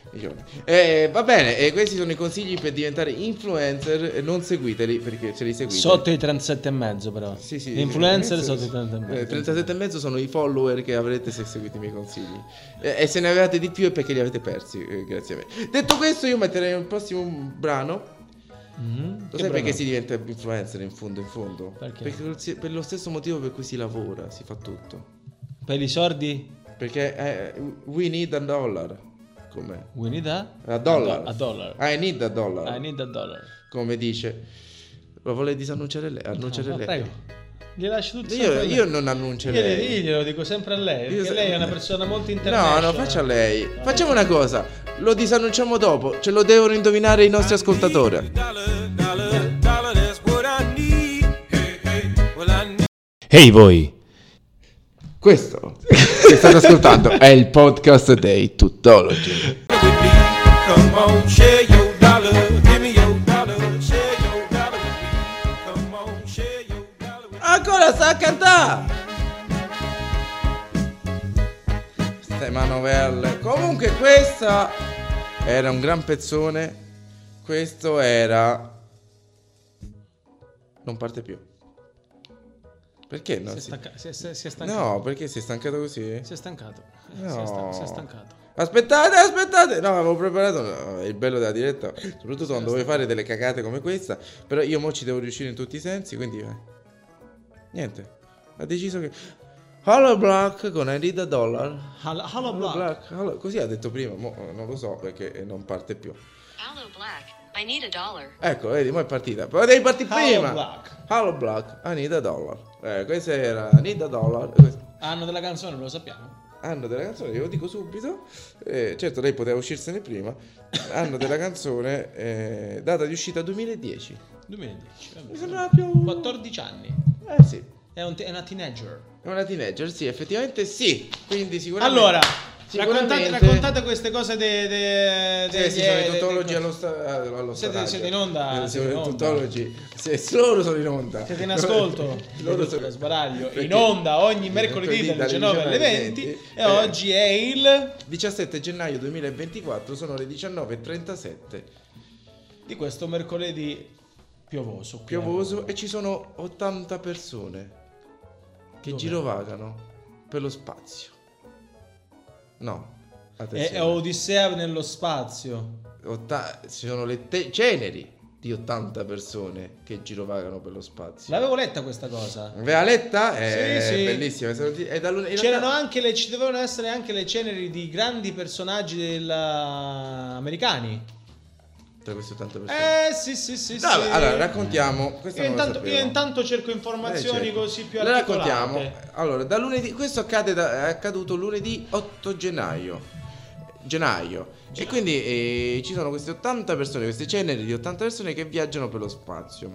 S3: coglione. Eh, va bene, e questi sono i consigli per diventare influencer. e Non seguiteli perché se li seguite.
S4: Sotto i 37 e mezzo, però.
S3: Sì, sì,
S4: Gli influencer
S3: influencer-
S4: sotto i 37 e mezzo.
S3: Eh, 37 e mezzo sono i follower che avrete se seguite i miei consigli. Eh, E, se ne avevate di più è perché li avete persi. eh, grazie a me. Detto questo, io metterei un prossimo brano.
S4: Mhm.
S3: Lo
S4: Che
S3: sai perché
S4: bravo.
S3: si diventa influencer in fondo in fondo?
S4: Perché?
S3: lo si- per lo stesso motivo per cui si lavora, si fa tutto.
S4: Per i sordi?
S3: Perché eh, we need a dollar. Com'è?
S4: We need a...
S3: A dollar.
S4: A dollar.
S3: I need a dollar.
S4: I need a dollar.
S3: Come dice. Lo vuole disannunciare lei? Annunciare
S4: No,
S3: lei?
S4: Ah, prego. Gli lascio tutto
S3: Io,
S4: sempre a lei.
S3: io non annuncio
S4: Io
S3: lei.
S4: glielo dico sempre a lei,
S3: Io
S4: perché
S3: se-
S4: lei è una persona molto
S3: No,
S4: internazionale.
S3: no, faccia lei. Facciamo una cosa. Lo disannunciamo dopo, ce lo devono indovinare i nostri ascoltatori.
S6: Dollar, dollar, dollar, that's what I need. Hey, hey, well, I need.
S1: Ehi voi!
S3: Questo che state ascoltando è il podcast dei Tuttologi.
S6: it with me. Come on, share your dollar. Give me your dollar. Share your dollar with me. Come on, share your dollar with me.
S3: Ancora sta a cantare! Queste manovelle. Comunque questa era un gran pezzone. Questo era... Non parte più. Perché non
S4: Si è,
S3: si...
S4: stacca- si è- si è- si è stancato.
S3: No, perché sei stancato così?
S4: Si è stancato. Eh,
S3: No.
S4: Si, è sta- si è stancato.
S3: Aspettate, aspettate! No, avevo preparato. no, il bello della diretta, soprattutto quando vuoi fare delle cagate come questa. Però io mo ci devo riuscire in tutti i sensi, quindi. eh, Niente. Ha deciso che. Hello Black con Arida Dollar.
S4: Hal- Hello,
S3: Hello
S4: Black.
S3: Black. hello- Così ha detto prima, mo eh, non lo so perché eh, non parte più.
S7: Hello, Black. I need a dollar.
S3: Ecco, vedi, mo è partita. Però devi partire
S4: Hello
S3: prima.
S4: Black.
S3: Hello Black, Anita Dollar. Eh, questa era Anita Dollar. Questa-
S4: Hanno della canzone, lo sappiamo.
S3: hanno della canzone, glielo dico subito, eh, certo lei poteva uscirsene prima, hanno della canzone eh, data di uscita 2010.
S4: 2010. vabbè.
S3: Mi sembrava più...
S4: 14 anni.
S3: Eh sì,
S4: È, un te- è una teenager.
S3: è una teenager, sì, effettivamente sì. Quindi sicuramente...
S4: Allora,
S3: sicuramente- Eh,
S4: raccontate, raccontate queste cose de- de-
S3: Sì,
S4: degli-
S3: sì, sono
S4: de-
S3: i
S4: de-
S3: tutologi
S4: co-
S3: allo, sta- eh, allo
S4: ecco. Siete-
S3: staraggio.
S4: siete in onda,
S3: Eh,
S4: siete
S3: Sono
S4: in
S3: i
S4: onda.
S3: tutologi. Se solo sono in onda.
S4: Siete in ascolto,
S3: Loro
S4: loro
S3: sono-
S4: sbaraglio,
S3: Perché-
S4: in onda ogni
S3: Sì,
S4: mercoledì
S3: mercoledì dalle
S4: dalle 19 alle
S3: 20,
S4: 20
S3: eh.
S4: e oggi è il
S3: 17 gennaio 2024 sono le 19.37,
S4: di questo mercoledì piovoso. qui a
S3: piovoso
S4: Roma.
S3: e ci sono 80 persone che
S4: Dov'è?
S3: girovagano per lo spazio. No,
S4: È, è
S3: attenzione.
S4: Odissea nello spazio.
S3: Otta- ci sono le te- ceneri di 80 persone che girovagano per lo spazio.
S4: L'avevo letta questa cosa.
S3: Aveva letta? Eh, È
S4: Sì, sì.
S3: bellissima. sono di- è da lun- in
S4: C'erano
S3: realtà-
S4: anche le, ci dovevano essere anche le ceneri di grandi personaggi del- americani.
S3: tra queste 80 persone.
S4: Eh sì sì sì.
S3: Vabbè,
S4: sì.
S3: Allora, raccontiamo. Questa
S4: Io
S3: non la
S4: intanto, io
S3: sapevo.
S4: intanto cerco
S3: Eh,
S4: informazioni
S3: certo.
S4: così più
S3: Le
S4: articolate.
S3: raccontiamo. Allora, da lunedì, questo accade da- è accaduto lunedì 8 gennaio. Gennaio. E quindi eh, ci sono queste 80 persone, queste ceneri di 80 persone che viaggiano per lo spazio.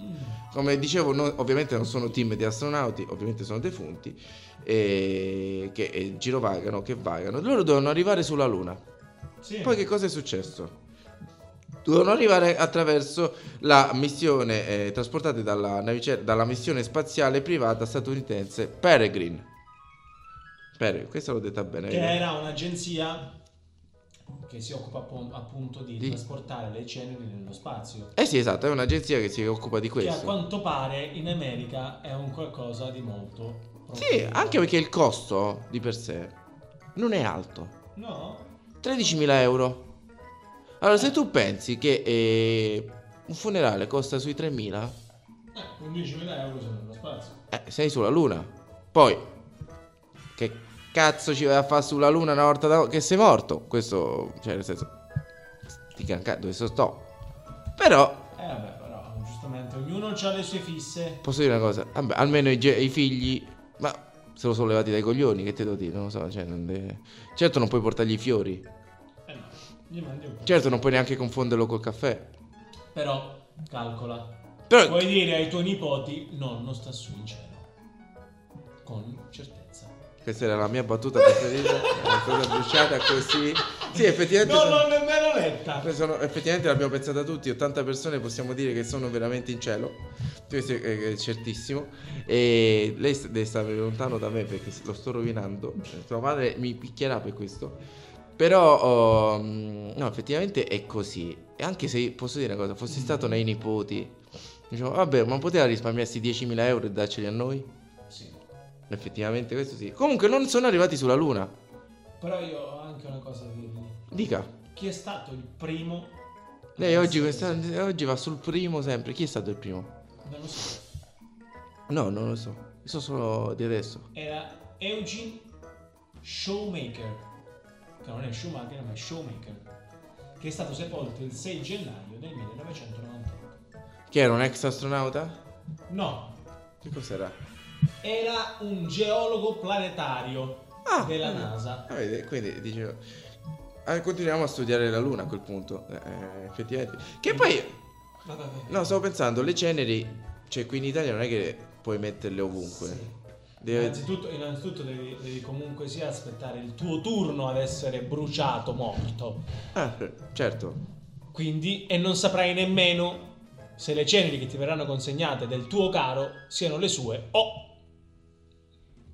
S4: Mm.
S3: Come dicevo, no- ovviamente non sono team di astronauti, ovviamente sono defunti, eh, che eh, girovagano, che vagano. Loro dovevano arrivare sulla Luna.
S4: Sì.
S3: Poi che cosa è successo? Dovevano arrivare attraverso la missione eh, trasportati dalla, navice- dalla missione spaziale privata statunitense Peregrine. Peregrine, questa l'ho detta bene. eh?
S4: che
S3: vero?
S4: era un'agenzia che si occupa appun- appunto di,
S3: Di-
S4: trasportare le ceneri nello spazio.
S3: Eh sì, esatto, è un'agenzia che si occupa di
S4: Che a
S3: questo.
S4: quanto pare in America è un qualcosa di molto.
S3: Sì,
S4: profondo.
S3: anche perché il costo di per sé non è alto.
S4: No?
S3: 13.000 euro. Allora, se tu pensi che eh, un funerale costa sui 3.000,
S4: Eh, 11.000 euro sono nello spazio.
S3: Eh, sei sulla luna. Poi, che cazzo ci vai a fare sulla luna una volta da- che sei morto? Questo, cioè, nel senso, ti canca- dove so sto. Però,
S4: Eh vabbè, però giustamente ognuno ha le sue fisse.
S3: posso dire una cosa, Vabbè, almeno i, ge- i figli, ma se lo sono levati dai coglioni, che te devo dire, non lo so, cioè, non de- certo non puoi portargli i fiori,
S4: Eh no, gli mandi un po'.
S3: certo non puoi neanche confonderlo col caffè.
S4: Però calcola.
S3: Però,
S4: Puoi dire ai tuoi nipoti nonno sta su in cielo. Con certezza.
S3: questa era la mia battuta preferita, è stata bruciata così. Sì, effettivamente...
S4: Non
S3: sono-
S4: l'ho nemmeno letta.
S3: Noi sono- effettivamente l'abbiamo pensata tutti, 80 persone possiamo dire che sono veramente in cielo, questo è, è- è eh, certissimo. E lei st- deve stare lontano da me perché lo sto rovinando, Eh, sua madre mi picchierà per questo. Però oh, mm, no, effettivamente è così. E anche se posso dire una cosa, fossi stato nei nipoti, diciamo, vabbè, ma poteva risparmiarsi 10.000 euro e darceli a noi?
S4: Sì.
S3: Effettivamente questo sì. Comunque non sono arrivati sulla luna.
S4: Però io ho anche una cosa da dirvi.
S3: Dica.
S4: Chi è stato il primo?
S3: Lei oggi,
S4: questa
S3: quest'anno- oggi va sul primo sempre. Chi è stato il primo?
S4: Non lo so.
S3: No, non lo so. So solo di adesso.
S4: Era Eugene Showmaker. Che non è Schumacher, ma è Showmaker. Che è stato sepolto il 6 gennaio del 1998.
S3: Che era un ex astronauta?
S4: No,
S3: Che cos'era?
S4: era un geologo planetario
S3: Ah,
S4: della
S3: vabbè.
S4: NASA.
S3: Ah, vedi, quindi dicevo. eh, continuiamo a studiare la luna a quel punto. Eh, effettivamente. Che poi... No, stavo pensando, le ceneri, cioè qui in Italia non è che puoi metterle ovunque. Deve-
S4: Innanzitutto, innanzitutto devi, devi comunque sia aspettare il tuo turno ad essere bruciato, morto.
S3: Ah, certo.
S4: Quindi, e non saprai nemmeno se le ceneri che ti verranno consegnate del tuo caro siano le sue o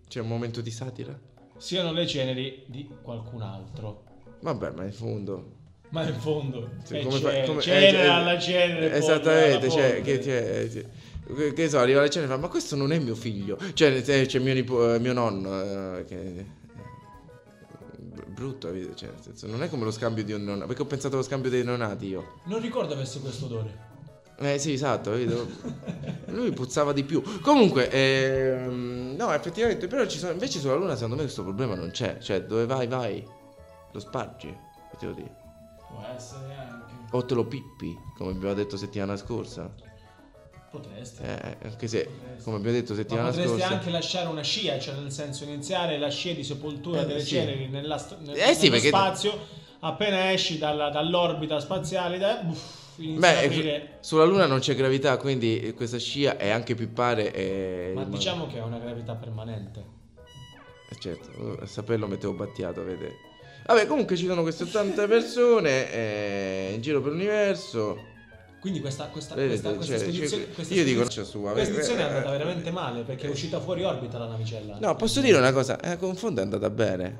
S3: C'è un momento di satira?
S4: siano le ceneri di qualcun altro.
S3: Vabbè, ma in fondo...
S4: Ma in fondo,
S3: Sì,
S4: eh,
S3: fa-
S4: c'è-
S3: come-
S4: cenere
S3: eh, eh,
S4: alla cenere. polvere
S3: Esattamente,
S4: alla
S3: cioè, che, cioè,
S4: polvere.
S3: sì. Che- che so, arriva la cena e fa, ma questo non è mio figlio. Cioè, nel senso, c'è mio, nipo- eh, mio nonno, eh, che... eh, br- Brutto, capito? cioè, nel senso, non è come lo scambio di un nonno, perché ho pensato allo scambio dei nonati io.
S4: Non ricordo avesse questo odore.
S3: Eh sì, esatto, capito? Lui puzzava di più. Comunque, ehm, no, effettivamente, però ci sono, invece sulla Luna secondo me questo problema non c'è. Cioè, dove vai, vai, lo spargi, che ti devo dire.
S4: Può essere anche.
S3: O te lo pippi, come abbiamo detto settimana scorsa.
S4: Potresti.
S3: Eh, anche se, come abbiamo detto
S4: Ma
S3: settimana
S4: potresti
S3: scorsa...
S4: anche lasciare una scia, cioè nel senso iniziare la scia di sepoltura
S3: Eh,
S4: delle
S3: sì.
S4: ceneri nella st- nel-
S3: Eh, sì,
S4: nello
S3: perché-
S4: spazio. Appena esci dalla- dall'orbita spaziale, da, buff, inizi
S3: Beh,
S4: ad
S3: eh,
S4: aprire.
S3: sulla Luna non c'è gravità, quindi eh, questa scia è anche eh, pippare e...
S4: Ma diciamo che è una gravità permanente.
S3: Eh, Certo, a saperlo mettevo battiato, vede. Vabbè, comunque ci sono queste 80 persone eh, in giro per l'universo.
S4: Quindi questa, questa,
S3: Vedi,
S4: questa, questa
S3: cioè,
S4: spedizione,
S3: cioè,
S4: questa
S3: io dico,
S4: spedizione-
S3: c'è sua,
S4: questa
S3: vedi,
S4: spedizione è
S3: eh,
S4: andata
S3: eh,
S4: veramente male perché è uscita fuori orbita la navicella.
S3: No, posso dire una cosa, eh, con fondo è andata bene.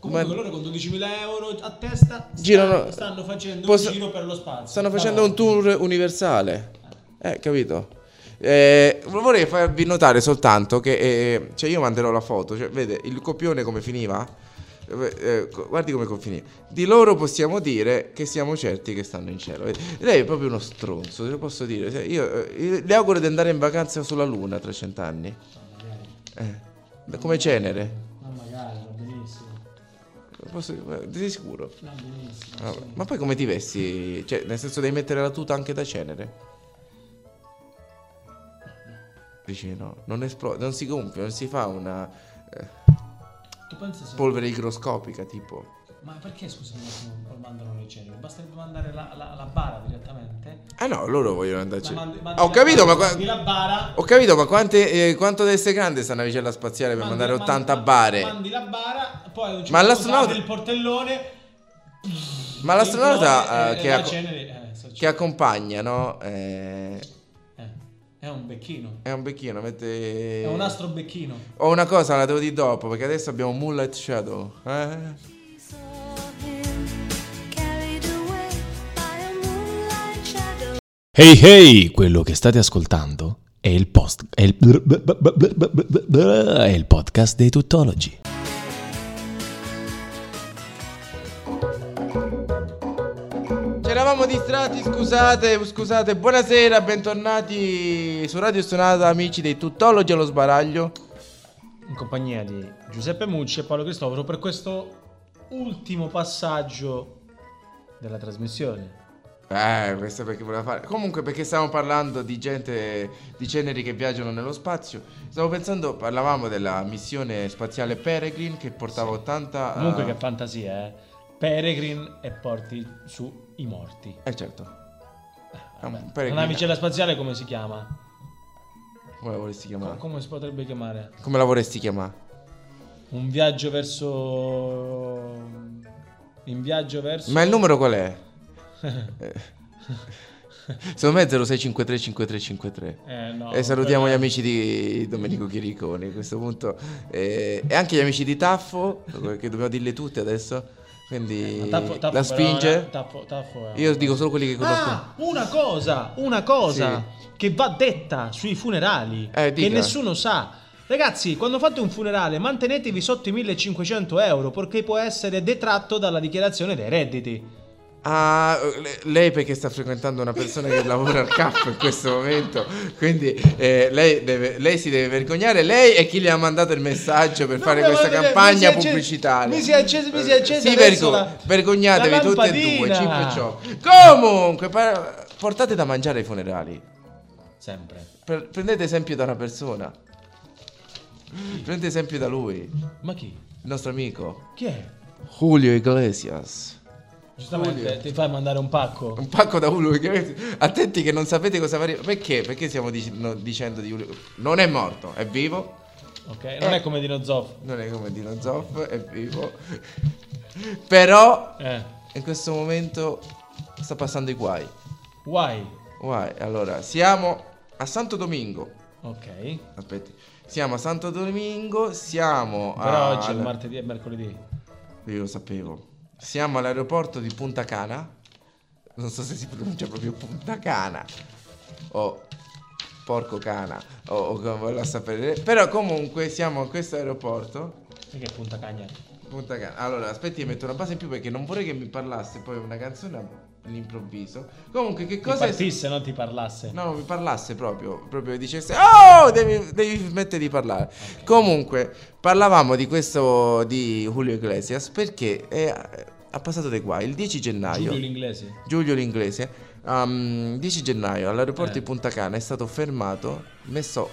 S4: Comunque
S3: ma-
S4: loro con 12.000 euro a testa stanno,
S3: Girano-
S4: stanno facendo
S3: posso-
S4: un giro per lo spazio.
S3: Stanno
S4: Da
S3: facendo un
S4: Roma.
S3: tour universale. Eh, capito? Eh, vorrei farvi notare soltanto che eh, cioè io manderò la foto, cioè, vede il copione come finiva? Eh, eh, co- guardi come finì. Di loro possiamo dire che siamo certi che stanno in cielo. vedi? Lei è proprio uno stronzo, te lo posso dire. Cioè, io, eh, le auguro di andare in vacanza sulla Luna tra cent'anni. Eh, come cenere.
S4: Ma magari, va benissimo.
S3: Posso- eh, di sicuro.
S4: Va benissimo.
S3: Ah, ma poi come ti vesti? Cioè, nel senso devi mettere la tuta anche da cenere? Dici no, non esplode, non si gonfia, non si fa una eh,
S4: Tu pensi se...
S3: polvere igroscopica tipo.
S4: Ma perché scusa non mandano le ceneri? Basterebbe mandare la, la, la bara direttamente.
S3: Ah no, loro vogliono andarci.
S4: La mandi-
S3: Ah,
S4: mandi
S3: ho
S4: la
S3: capito, ma
S4: bara,
S3: qua-
S4: mandi la bara.
S3: Ho capito, ma quante, eh, quanto deve essere grande sta navicella spaziale per
S4: mandi-
S3: mandare
S4: mandi-
S3: 80
S4: mandi-
S3: bare?
S4: Mandi la bara, poi a un certo
S3: Ma
S4: punto
S3: l'astronauta-
S4: apri il portellone.
S3: ma l'astronauta
S4: implode
S3: eh,
S4: e-
S3: che,
S4: e la
S3: acco-
S4: cenere, eh, so-
S3: che accompagna, no? Eh,
S4: eh, è un becchino.
S3: è un becchino, mette...
S4: È un astro becchino.
S3: Ho una cosa, la devo dire dopo, perché adesso abbiamo Moonlight Shadow. Eh?
S5: Carried away by a moonlight shadow.
S1: Hey hey, quello che state ascoltando è il post è il, è il podcast dei tuttologi.
S3: Ci eravamo distratti, scusate, scusate. Buonasera, bentornati su Radio Stonata, amici dei Tuttologi allo sbaraglio.
S4: in compagnia di Giuseppe Mucci e Paolo Cristoforo per questo ultimo passaggio della trasmissione.
S3: Eh, questo è perché voleva fare. Comunque, perché stiamo parlando di gente, di ceneri che viaggiano nello spazio. Stavo pensando, parlavamo della missione spaziale Peregrine che portava 80.
S4: Comunque
S3: eh,
S4: che fantasia, eh. Peregrin e porti su i morti.
S3: Eh, certo. Ah, un
S4: La
S3: Peregrine.
S4: navicella spaziale come si chiama?
S3: Come la vorresti
S4: Co-
S3: chiamare?
S4: come si potrebbe chiamare?
S3: Come la vorresti chiamare?
S4: Un viaggio verso... In viaggio verso...
S3: Ma il numero qual è? Eh. Secondo me è 06535353.
S4: Eh, no,
S3: E salutiamo gli
S4: quella-
S3: amici di Domenico Chiriconi a questo punto eh, e anche gli amici di Taffo, che dobbiamo dirle tutte adesso. Quindi
S4: Eh, Ma Ah, Taffo- Taffo
S3: la
S4: però
S3: spinge.
S4: era- Taffo- Taffo era-
S3: Io dico solo quelli che conosco.
S4: Ah, una cosa, una cosa che va detta sui funerali,
S3: Eh,
S4: che
S3: dica.
S4: nessuno sa. Ragazzi, quando fate un funerale, mantenetevi sotto i 1500 euro perché può essere detratto dalla dichiarazione dei redditi.
S3: Ah, le- lei perché sta frequentando una persona che lavora al CAF in questo momento, quindi eh, lei, deve- lei si deve vergognare. Lei è chi le ha mandato il messaggio per
S4: Non
S3: fare
S4: me lo
S3: questa
S4: dire, mi si
S3: campagna
S4: è acceso-
S3: pubblicitaria.
S4: mi si è acceso- mi si è accesa
S3: Si
S4: adesso
S3: vergog-
S4: la-
S3: vergognatevi
S4: la
S3: tutti e due.
S4: lampadina.
S3: chip e ciò. Comunque, par- portate da mangiare ai funerali.
S4: Sempre.
S3: Pre- prendete esempio da una persona. Prendete esempio da lui, il
S4: Ma chi?
S3: nostro amico
S4: Chi è?
S3: Julio Iglesias.
S4: Giustamente
S3: Giulio.
S4: ti fai mandare un pacco.
S3: Un pacco da Julio Iglesias. Attenti che non sapete cosa fare. Perché? Perché stiamo dic- no, dicendo di Julio? Non è morto, è vivo.
S4: Ok, non
S3: Eh.
S4: è come Dino Zoff.
S3: Non è come Dino Zoff, è vivo. Però
S4: Eh.
S3: in questo momento sta passando i guai.
S4: Why?
S3: Guai. Allora, siamo a Santo Domingo.
S4: Ok.
S3: Aspetti. Siamo a Santo Domingo, siamo a...
S4: Però oggi è martedì e mercoledì.
S3: Io lo sapevo. Siamo all'aeroporto di Punta Cana. Non so se si pronuncia proprio Punta Cana. O Porco Cana. O, o come voglio sapere. Però comunque siamo a questo aeroporto.
S4: Perché punta cagna?
S3: Punta Cana. Allora, aspetti, metto una base in più perché non vorrei che mi parlasse poi una canzone all'improvviso. Comunque, che
S4: Ti
S3: cosa è...
S4: partisse, non ti parlasse.
S3: No, mi parlasse proprio, proprio dicesse Oh, devi, devi smettere di parlare Comunque, parlavamo di questo di Julio Iglesias Perché è- ha passato dei guai Il 10 gennaio
S4: Giulio l'inglese.
S3: Giulio l'inglese ehm, 10 gennaio all'aeroporto
S4: Eh.
S3: di Punta Cana è stato fermato Messo,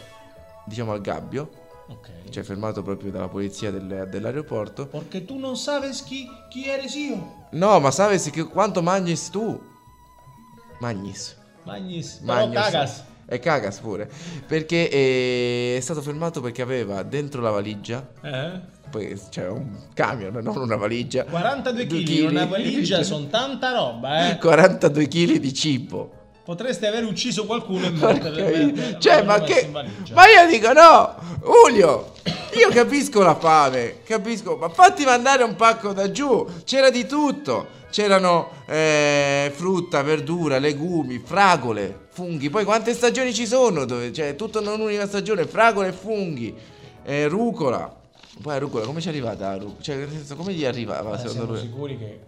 S3: diciamo, al gabbio
S4: Ok.
S3: Cioè fermato proprio dalla polizia del- dell'aeroporto
S4: Perché tu non sabes chi, chi eres io.
S3: No, ma sapessi che quanto mangi tu? Magnis
S4: Magnis. Però
S3: Magnus.
S4: cagas.
S3: E cagas pure. Perché eh, è stato fermato perché aveva dentro la valigia.
S4: Eh?
S3: Poi c'era un camion, non una valigia.
S4: 42
S3: due Ecco.
S4: kg in una valigia sono tanta roba, eh.
S3: 42 kg di cibo.
S4: Potresti aver ucciso qualcuno e
S3: Porca
S4: morto per- per-
S3: miseria.
S4: per-
S3: Cioè,
S4: per-
S3: ma
S4: per-
S3: che.
S4: in valigia.
S3: Ma io dico no! Julio! Io capisco la fame, capisco, ma fatti mandare un pacco da giù. C'era di tutto. C'erano eh, frutta, verdura, legumi, fragole, funghi. Poi quante stagioni ci sono? Dove, cioè, tutto in un'unica stagione, fragole e funghi. eh, rucola. Poi la rucola, come ci è arrivata la rucola? Cioè, nel senso, come gli arrivava
S4: Ma
S3: secondo
S4: Ah, siamo
S3: lui?
S4: sicuri che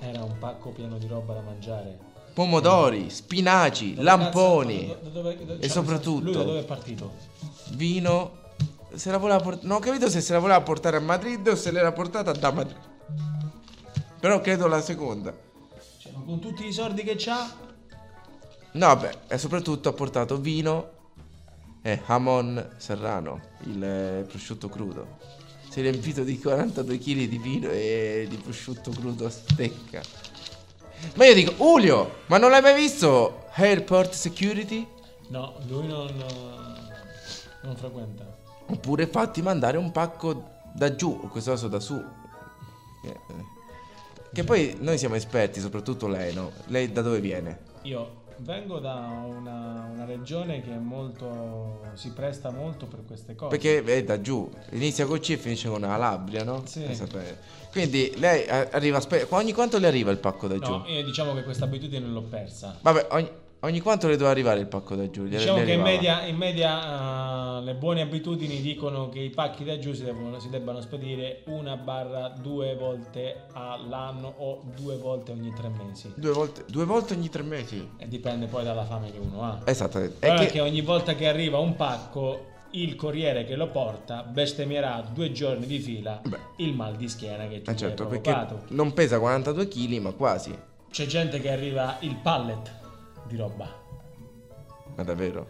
S4: era un pacco pieno di roba da mangiare.
S3: Pomodori, spinaci,
S4: Dove
S3: lamponi.
S4: cazzo- do- do- dove- do-
S3: E
S4: cioè,
S3: soprattutto-
S4: Lui da dove è partito?
S3: vino. Se la voleva portare. Non ho capito se se la voleva portare a Madrid o se l'era portata da Madrid. Però credo la seconda.
S4: Cioè, ma con tutti i soldi che c'ha...
S3: No, beh, e soprattutto ha portato vino e jamon serrano, il eh, prosciutto crudo. Si è riempito di 42 kg di vino e di prosciutto crudo a stecca. Ma io dico, Julio, ma non l'hai mai visto Airport Security?
S4: No, lui non... non frequenta.
S3: Oppure fatti mandare un pacco da giù, o questo caso da su. Che, eh. Che poi noi siamo esperti, soprattutto lei, no? Lei da dove viene?
S4: Io vengo da una, una regione che è molto... si presta molto per queste cose.
S3: Perché è da giù, inizia con C e finisce con la Labria, no?
S4: Sì.
S3: Per sapere. Quindi lei a- arriva, spe- ogni quanto le arriva il pacco da
S4: No,
S3: giù?
S4: io diciamo che questa abitudine l'ho persa.
S3: Vabbè, ogni, ogni quanto le doveva arrivare il pacco da giù? Gliele-
S4: Diciamo
S3: le
S4: che in
S3: arrivava.
S4: media, in media, eh, le buone abitudini dicono che i pacchi da giù si, devono- si debbano spedire una barra due volte all'anno o due volte ogni tre mesi.
S3: Due volte, due volte ogni tre mesi.
S4: E dipende poi dalla fame che uno ha.
S3: Esatto. È
S4: Però
S3: che-
S4: è che ogni volta che arriva un pacco, il corriere che lo porta bestemmierà due giorni di fila
S3: Beh.
S4: il mal di schiena che tu
S3: eh,
S4: hai
S3: certo, perché
S4: provocato.
S3: non pesa 42 kg, ma quasi.
S4: C'è gente che arriva il pallet di roba.
S3: Ma davvero?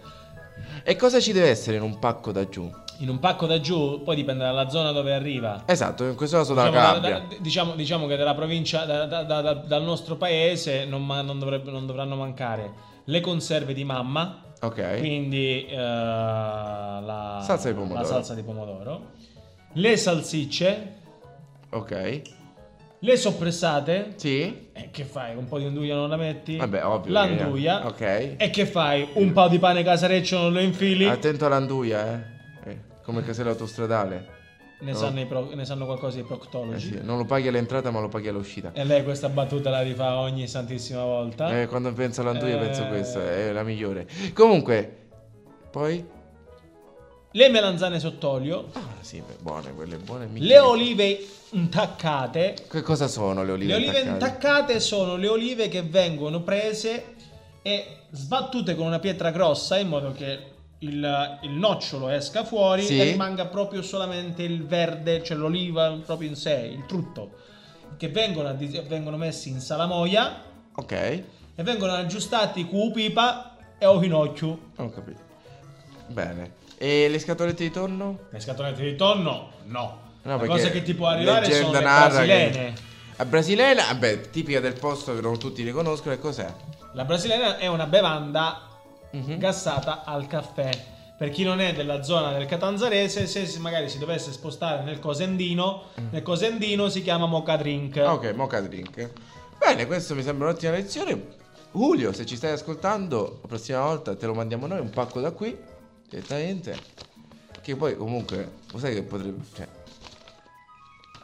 S3: E cosa ci deve essere in un pacco da giù?
S4: In un pacco da giù, poi dipende dalla zona dove arriva.
S3: Esatto, in questo caso dalla
S4: Diciamo, da-
S3: Calabria.
S4: da- diciamo, diciamo che dalla provincia, da- da- da- da- dal nostro paese non, ma- non dovrebbe- non dovranno mancare le conserve di mamma,
S3: ok.
S4: quindi eh, la,
S3: Salsa di pomodoro.
S4: la salsa di pomodoro, le salsicce,
S3: Ok.
S4: le soppressate.
S3: Sì.
S4: E che fai? Un po' di anduia non la metti?
S3: Vabbè, ovvio.
S4: L'anduia.
S3: che- Ok.
S4: E che fai? Un po' di pane casareccio non lo infili?
S3: Attento all'anduia, eh. Eh, Come il casello autostradale.
S4: ne,
S3: no.
S4: sanno i pro- ne sanno qualcosa i
S3: oh. Eh
S4: proctologi.
S3: sì, non lo paghi all'entrata, ma lo paghi all'uscita.
S4: E lei questa battuta la rifà ogni santissima volta.
S3: Eh, quando penso all'anduia,
S4: Esatto.
S3: penso
S4: Eh.
S3: questa. È la migliore. Comunque, poi.
S4: Le melanzane sott'olio.
S3: Ah, sì, beh, buone, quelle buone. mica-
S4: Le olive intaccate.
S3: Che cosa sono le olive?
S4: Le olive
S3: intaccate?
S4: intaccate sono le olive che vengono prese e sbattute con una pietra grossa in modo che il, il nocciolo esca fuori
S3: Sì.
S4: e rimanga proprio solamente il verde, cioè l'oliva proprio in sé, il frutto, che vengono, addi- vengono messi in salamoia
S3: Ok.
S4: e vengono aggiustati cu pipa e o finocchio.
S3: Non ho capito. Bene. E le scatolette di tonno?
S4: Le scatolette di tonno? No.
S3: No,
S4: La
S3: perché
S4: cosa che ti può arrivare
S3: leggenda
S4: sono le
S3: narra che-
S4: brasilene.
S3: La brasilena, vabbè, tipica del posto che non tutti le conoscono, e cos'è?
S4: La brasilena è una bevanda
S3: Mhm.
S4: gassata al caffè. Per chi non è della zona del Catanzarese, se si- magari si dovesse spostare nel Cosendino, nel Cosendino si chiama Mocha Drink.
S3: Mm. Ah, Ok, mocha drink. Bene, questo mi sembra un'ottima lezione. Julio, se ci stai ascoltando, la prossima volta te lo mandiamo noi un pacco da qui, direttamente. Che poi comunque, lo sai che potrebbe... Cioè,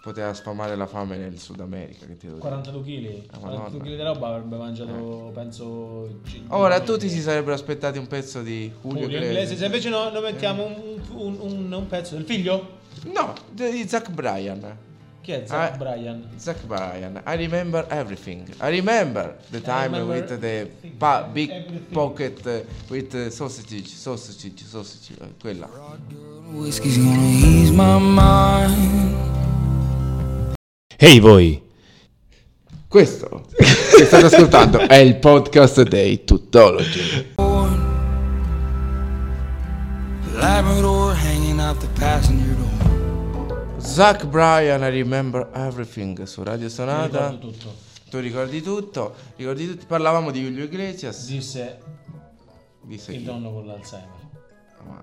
S3: poteva sfamare la fame nel Sud America, che ti devo dire.
S4: 42 kg.
S3: Ah, madonna. Eh.
S4: 42 kg di roba avrebbe mangiato, penso. c-
S3: Ora
S4: due
S3: tutti
S4: mesi.
S3: si sarebbero aspettati un pezzo di Julio,
S4: Julio
S3: Iglesias.
S4: Iglesias. Se invece no, noi
S3: Eh.
S4: mettiamo un, un- un- un pezzo del figlio.
S3: No, di Zach Bryan.
S4: Chi è Zach
S3: Ah,
S4: Bryan?
S3: Zach Bryan, I remember everything. I remember the time
S4: remember
S3: with the
S4: everything.
S3: pa- big
S4: Everything.
S3: pocket uh, with uh, sausage, sausage, sausage, eh, quella.
S8: Whiskey's gonna ease my mind.
S1: Ehi voi!
S3: Questo che state ascoltando è il podcast dei Tutology.
S8: Labrador hanging out the passenger door.
S3: Zach Bryan, I remember everything su Radio
S4: Mi
S3: Sonata.
S4: ricordo tutto.
S3: Tu ricordi tutto, ricordi tutto. Parlavamo di Julio Iglesias.
S4: Disse
S3: Di sé
S4: il
S3: chi?
S4: nonno con l'Alzheimer.
S3: Ma-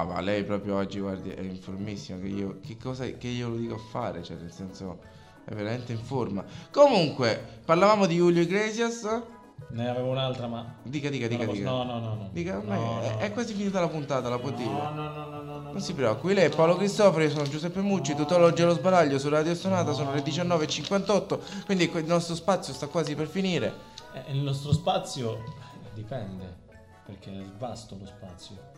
S3: Ah, ma lei proprio oggi, guardi, è informissima. Che io, che cosa che io lo dico a fare? Cioè, nel senso, è veramente in forma. Comunque, parlavamo di Julio Iglesias.
S4: Ne avevo un'altra, ma.
S3: Dica, dica,
S4: non la
S3: dica,
S4: posso-
S3: dica.
S4: No, no, no. no.
S3: Dica,
S4: no,
S3: ormai è,
S4: no.
S3: è quasi finita la puntata, la può dire.
S4: No, no, no, no, no, no.
S3: Non si preoccupi, lei è Paolo Cristofori, io sono Giuseppe Mucci, tutologo e lo sbaraglio su Radio Sonata, sono le 19.58, quindi que- il nostro spazio sta quasi per finire.
S4: Eh, il nostro spazio eh, dipende. Perché è vasto lo spazio.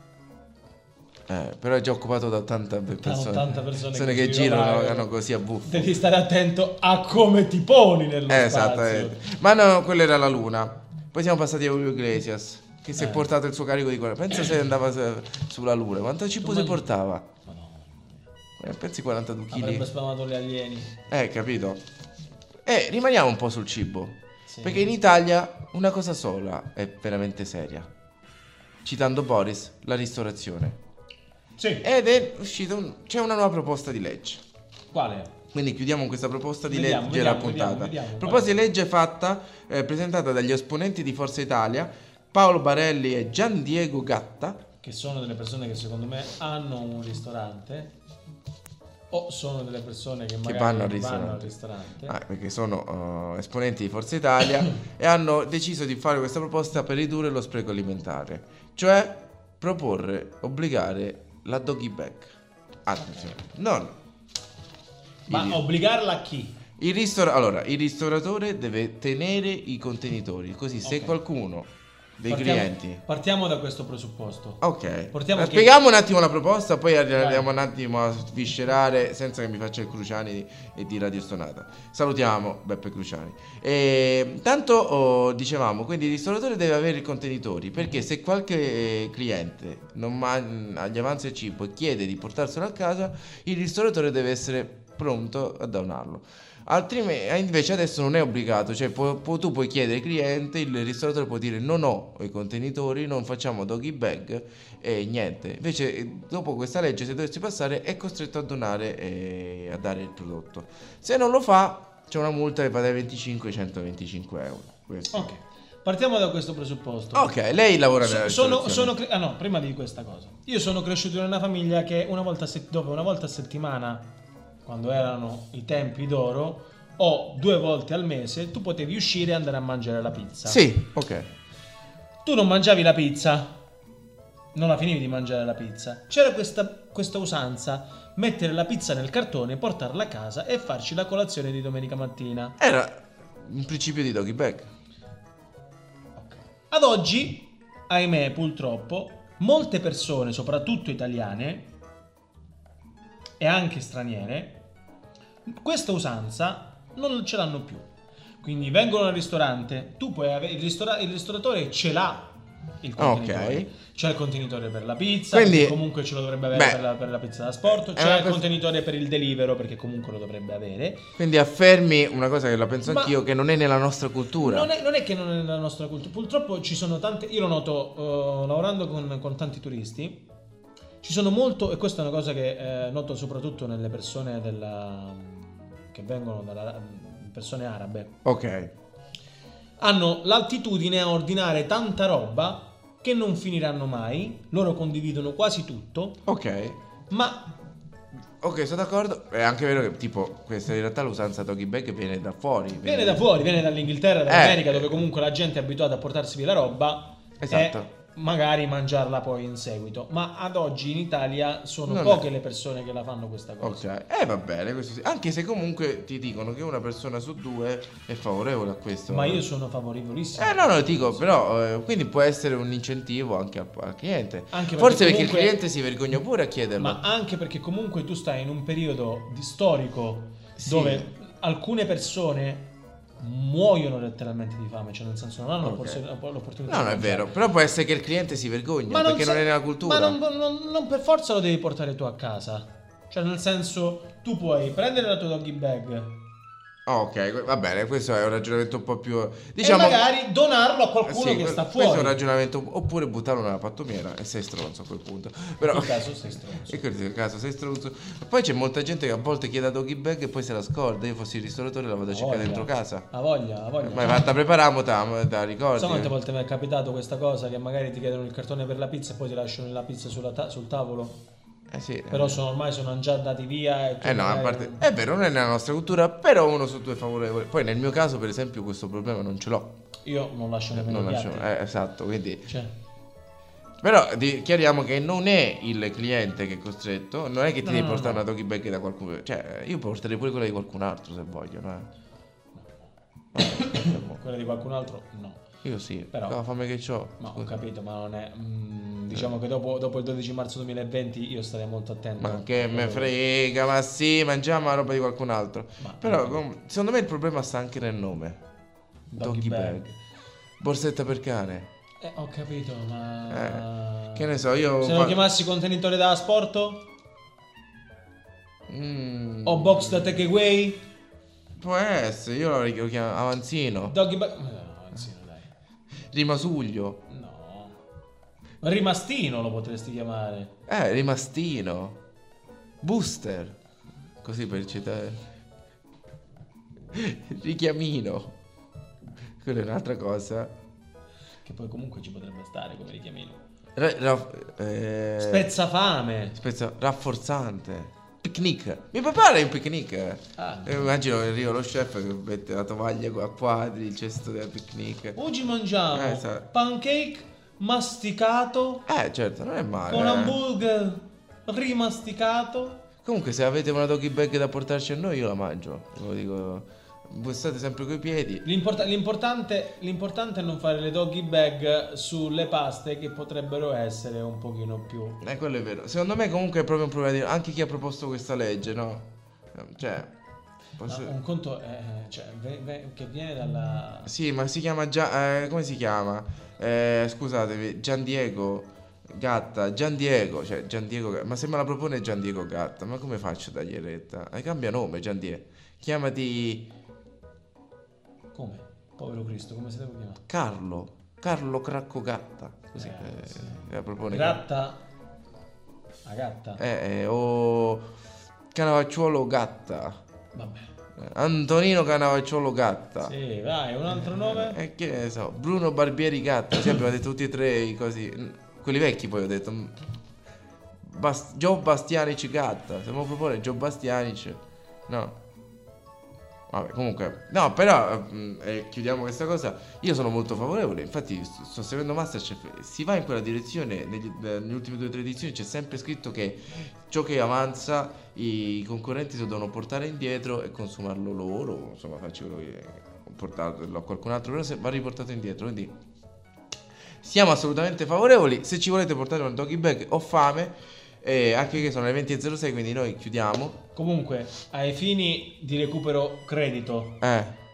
S3: Eh, però è già occupato da 80 persone,
S4: tante persone
S3: che,
S4: che
S3: girano,
S4: girano, eh.
S3: hanno così a buffo.
S4: Devi stare attento a come ti poni nello
S3: Eh,
S4: spazio.
S3: esattamente. Ma no, quella era la luna. Poi siamo passati a Julio Iglesias, che si è
S4: Eh.
S3: portato il suo carico di cuore. Pensa se andava se- sulla luna, quanto cibo si
S4: Domani-
S3: portava?
S4: Madonna.
S3: Eh, pensi 42
S4: Avrebbe
S3: kg.
S4: spamato gli alieni.
S3: Eh, capito. Eh, rimaniamo un po' sul cibo.
S4: Sì.
S3: Perché in Italia una cosa sola è veramente seria. Citando Boris, la ristorazione.
S4: Sì.
S3: Ed è uscita un- c'è una nuova proposta di legge.
S4: Quale?
S3: Quindi chiudiamo questa proposta di
S4: Vediamo,
S3: legge la
S4: vediamo,
S3: puntata.
S4: vediamo, vediamo,
S3: proposta di legge fatta, eh, presentata dagli esponenti di Forza Italia, Paolo Barelli e Gian Diego Gatta.
S4: Che sono delle persone che secondo me hanno un ristorante. O sono delle persone che magari
S3: vanno al ristorante.
S4: ristorante.
S3: ah, perché sono eh, esponenti di Forza Italia e hanno deciso di fare questa proposta per ridurre lo spreco alimentare, cioè proporre, obbligare la doggy bag. Ah, Attenzione, non
S4: Ma
S3: il-
S4: obbligarla a chi?
S3: Il ristora- allora, il ristoratore deve tenere i contenitori, così se
S4: Ok.
S3: qualcuno dei
S4: Partiamo-
S3: clienti...
S4: Partiamo da questo presupposto.
S3: Ok,
S4: Portiamo
S3: Eh,
S4: che-
S3: spieghiamo un attimo la proposta, poi arriviamo un attimo a sviscerare senza che mi faccia il Cruciani e di Radio Stonata. Salutiamo Beppe Cruciani. E, tanto oh, dicevamo, quindi il ristoratore deve avere i contenitori, perché se qualche eh, cliente non man- gli avanza il cibo e chiede di portarselo a casa, il ristoratore deve essere pronto a donarlo. Altrimenti, eh, invece adesso non è obbligato, cioè pu- pu- tu puoi chiedere al cliente, il ristoratore può dire non ho i contenitori, non facciamo doggy bag e niente. Invece eh, dopo questa legge se dovessi passare è costretto a donare e a dare il prodotto. Se non lo fa c'è una multa che va dai 25 ai 125 euro. Questo.
S4: Ok. Partiamo da questo presupposto.
S3: Ok, lei lavora
S4: So-
S3: nella
S4: sono,
S3: ristorazione.
S4: sono cre- ah no, prima di questa cosa. Io sono cresciuto in una famiglia che una volta a sett- dopo una volta a settimana, quando erano i tempi d'oro, o due volte al mese, tu potevi uscire e andare a mangiare la pizza.
S3: Sì, ok.
S4: Tu non mangiavi la pizza, non la finivi di mangiare la pizza. C'era questa, questa usanza, mettere la pizza nel cartone, portarla a casa e farci la colazione di domenica mattina.
S3: Era un principio di doggy bag.
S4: Ad oggi, ahimè, purtroppo, molte persone, soprattutto italiane e anche straniere, questa usanza non ce l'hanno più. Quindi vengono al ristorante, tu puoi avere il, ristora- il ristoratore ce l'ha il contenitore. C'è il contenitore per la pizza,
S3: Ah, Quindi-
S4: perché comunque ce lo dovrebbe avere
S3: beh,
S4: per la, per la pizza da sport,
S3: è
S4: c'è
S3: una
S4: il
S3: cosa-
S4: contenitore per il delivero perché comunque lo dovrebbe avere.
S3: Quindi affermi una cosa che la penso
S4: Ma-
S3: anch'io, che non è nella nostra cultura.
S4: Non è, non è che non è nella nostra cultura, purtroppo ci sono tante, io lo noto eh, lavorando con, con tanti turisti, Ci sono molto, e questa è una cosa che eh, noto soprattutto nelle persone della, che vengono dalla persone arabe,
S3: Ok.
S4: hanno l'altitudine a ordinare tanta roba che non finiranno mai, loro condividono quasi tutto,
S3: Ok.
S4: ma
S3: Ok, sono d'accordo. È anche vero che tipo questa in realtà l'usanza doggy bag viene da fuori.
S4: viene da fuori, viene dall'Inghilterra, dall'America,
S3: Eh.
S4: dove comunque la gente è abituata a portarsi via la roba
S3: Esatto.
S4: e magari mangiarla poi in seguito. Ma ad oggi in Italia sono
S3: Non è-
S4: poche le persone che la fanno questa cosa.
S3: Ok, eh va bene, questo sì. Anche se comunque ti dicono che una persona su due è favorevole a questo.
S4: Ma io sono favorevolissimo.
S3: Eh no, no, dico, però eh, quindi può essere un incentivo anche al, al cliente.
S4: Anche perché
S3: Forse perché il
S4: comunque-
S3: cliente si vergogna pure a chiederlo.
S4: Ma anche perché comunque tu stai in un periodo di storico
S3: Sì.
S4: dove alcune persone muoiono letteralmente di fame, cioè nel senso non hanno
S3: Ok.
S4: forse l'opportunità.
S3: No,
S4: di
S3: no, è
S4: mangiare.
S3: vero, però può essere che il cliente si vergogna perché non
S4: sa-
S3: è nella cultura.
S4: Ma non, non- non per forza lo devi portare tu a casa. Cioè nel senso tu puoi prendere la tua doggy bag
S3: Ah, ok, que- va bene, questo è un ragionamento un po' più... diciamo,
S4: e magari donarlo a
S3: Eh,
S4: qualcuno
S3: sì,
S4: che
S3: que-
S4: sta
S3: Questo è
S4: fuori.
S3: un ragionamento, oppure buttarlo nella pattumiera e sei stronzo a quel punto. Però...
S4: In quel caso sei stronzo.
S3: E questo è il caso, sei stronzo. Poi c'è molta gente che a volte chiede a doggy bag e poi se la scorda. Io fossi il ristoratore la vado a
S4: Ha
S3: cercare
S4: voglia.
S3: dentro casa. Eh,
S4: Ha voglia, ha voglia.
S3: Ma è fatta preparamo, te la ricordi.
S4: So quante volte mi è capitato questa cosa che magari ti chiedono il cartone per la pizza e poi ti lasciano la pizza sulla ta- sul tavolo.
S3: Eh sì.
S4: Però sono, ormai sono già andati via. E tu
S3: Eh no, a
S4: magari-
S3: parte... è vero, non è nella nostra cultura, però uno su due è favorevole. Poi nel mio caso, per esempio, questo problema non ce l'ho.
S4: Io non lascio nemmeno
S3: Non
S4: i
S3: lascio...
S4: piatti.
S3: eh, esatto, quindi...
S4: Cioè,
S3: Però di- chiariamo che non è il cliente che è costretto, non è che ti
S4: No,
S3: devi
S4: no,
S3: portare
S4: no.
S3: una doggy bag da qualcuno. Cioè, io porterei pure quella di qualcun altro se vogliono, eh.
S4: quella di qualcun altro no.
S3: Io sì,
S4: Però-
S3: però la fame che ho.
S4: Ma ho capito, ma non è... mm, diciamo che dopo, dopo il 12 marzo 2020 io starei molto attento.
S3: Ma che me
S4: Eh,
S3: frega, ma sì, mangiamo la roba di qualcun altro.
S4: Ma-
S3: Però com- secondo me il problema sta anche nel nome. Doggy bag. Borsetta per cane.
S4: Eh, ho capito, ma...
S3: Eh, Che ne so, io...
S4: Ah. Se lo chiamassi contenitore da asporto?
S3: Mm,
S4: O box da takeaway?
S3: Può essere, io l'avrei- lo chiamo avanzino,
S4: Doggy bag... Ma No, anzi, no, dai.
S3: rimasuglio,
S4: No. Rimastino lo potresti chiamare.
S3: eh, rimastino, booster, così per citare, richiamino, quella è un'altra cosa.
S4: Che poi comunque ci potrebbe stare come richiamino.
S3: Ra- ra- eh,
S4: Spezzafame.
S3: Spezza rafforzante. Picnic. Mi prepara un picnic.
S4: Ah.
S3: Eh, Immagino che arriva lo chef che mette la tovaglia a quadri, il cesto del picnic.
S4: Oggi mangiamo
S3: Eh, sa-
S4: pancake masticato
S3: Eh, certo, non è male.
S4: con
S3: eh.
S4: hamburger rimasticato.
S3: Comunque, se avete una doggy bag da portarci a noi, io la mangio. Ve lo dico. Bustate sempre coi piedi.
S4: L'import- l'importante, l'importante è non fare le doggy bag sulle paste che potrebbero essere un pochino più...
S3: Eh, quello è vero. Secondo me, comunque, è proprio un problema di. Anche chi ha proposto questa legge, no? Cioè.
S4: Ma
S3: posso-
S4: un conto è, cioè, ve- ve- che viene dalla...
S3: Sì, ma si chiama già. eh, come si chiama? Eh, scusatevi, Gian Diego Gatta. Gian Diego, cioè Gian Diego Gatta. Ma se me la propone Gian Diego Gatta, ma come faccio a dargli retta? Eh, cambia nome, Gian Diego. Chiamati
S4: Come? Povero Cristo, come si deve chiamare?
S3: Carlo. Carlo Cracco Gatta. Così.
S4: Eh,
S3: eh,
S4: sì.
S3: me la propone.
S4: Gatta... La gatta?
S3: Eh, eh, o Canavacciuolo Gatta.
S4: Vabbè.
S3: Eh, Antonino Canavacciuolo Gatta.
S4: Sì, vai, un altro nome?
S3: E Eh, che ne so, Bruno Barbieri Gatta, sì, abbiamo detto tutti e tre i cosi, quelli vecchi poi ho detto, mm, Bas- Joe Bastianic Gatta, se mi propone Joe Bastianic, no. Vabbè, comunque, no, però, mm, eh, chiudiamo questa cosa, io sono molto favorevole, infatti sto, sto seguendo Masterchef, si va in quella direzione, negli, eh, nelle ultime due o tre edizioni c'è sempre scritto che ciò che avanza i concorrenti lo devono portare indietro e consumarlo loro, insomma, facci quello che portarlo a qualcun altro, però se va riportato indietro, quindi siamo assolutamente favorevoli. Se ci volete portare un doggy bag, ho fame, eh, anche che sono le 20.06, quindi noi chiudiamo.
S4: Comunque, ai fini di recupero credito,
S3: Eh.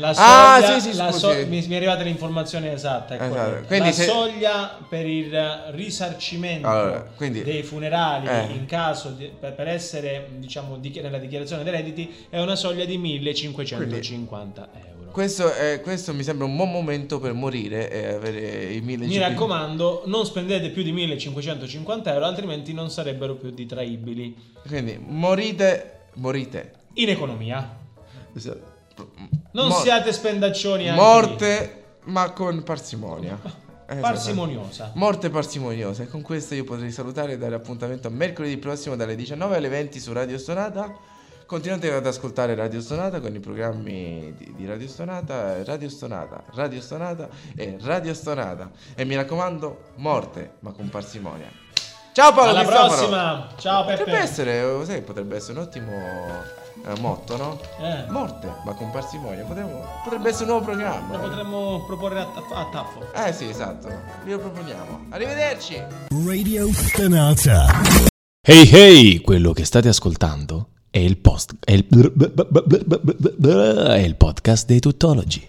S4: La soglia,
S3: Ah, sì, sì,
S4: la
S3: scusi.
S4: so- mi, mi è arrivata l'informazione esatta. ecco.
S3: Esatto, quindi
S4: la
S3: se-
S4: soglia per il risarcimento
S3: Allora, quindi-
S4: dei funerali
S3: Eh.
S4: in caso di- per, per essere, diciamo, dichi- nella dichiarazione dei redditi è una soglia di 1550 euro. giorno.
S3: Questo, è- questo mi sembra un buon momento per morire e avere i 1000
S4: Mi raccomando, non spendete più di 1550 euro, altrimenti non sarebbero più detraibili.
S3: Quindi morite, morite.
S4: In economia. Non
S3: Mor-
S4: siate spendaccioni anche
S3: Morte, ma con parsimonia.
S4: lì.
S3: Eh,
S4: parsimoniosa.
S3: Morte parsimoniosa. E con questo io potrei salutare e dare appuntamento a mercoledì prossimo dalle 19 alle 20 su Radio Sonata. Continuate ad ascoltare Radio Sonata con i programmi di, di Radio Sonata, eh, Radio Sonata, Radio Sonata e Radio Sonata. E mi raccomando, morte, ma con parsimonia. Ciao Paolo
S4: Alla
S3: Cristofaro!
S4: prossima. Ciao
S3: Potrebbe
S4: Peppe.
S3: essere, eh, sai, potrebbe essere un ottimo eh, motto, no?
S4: Eh.
S3: Morte, ma con parsimonia. Potremmo- potrebbe essere un nuovo programma.
S4: Lo potremmo proporre a, ta- a Taffo.
S3: Eh sì, esatto. Vi lo proponiamo. Arrivederci!
S9: Radio Stanata.
S1: Hey hey, quello che state ascoltando è il post è il, è il podcast dei tuttologi.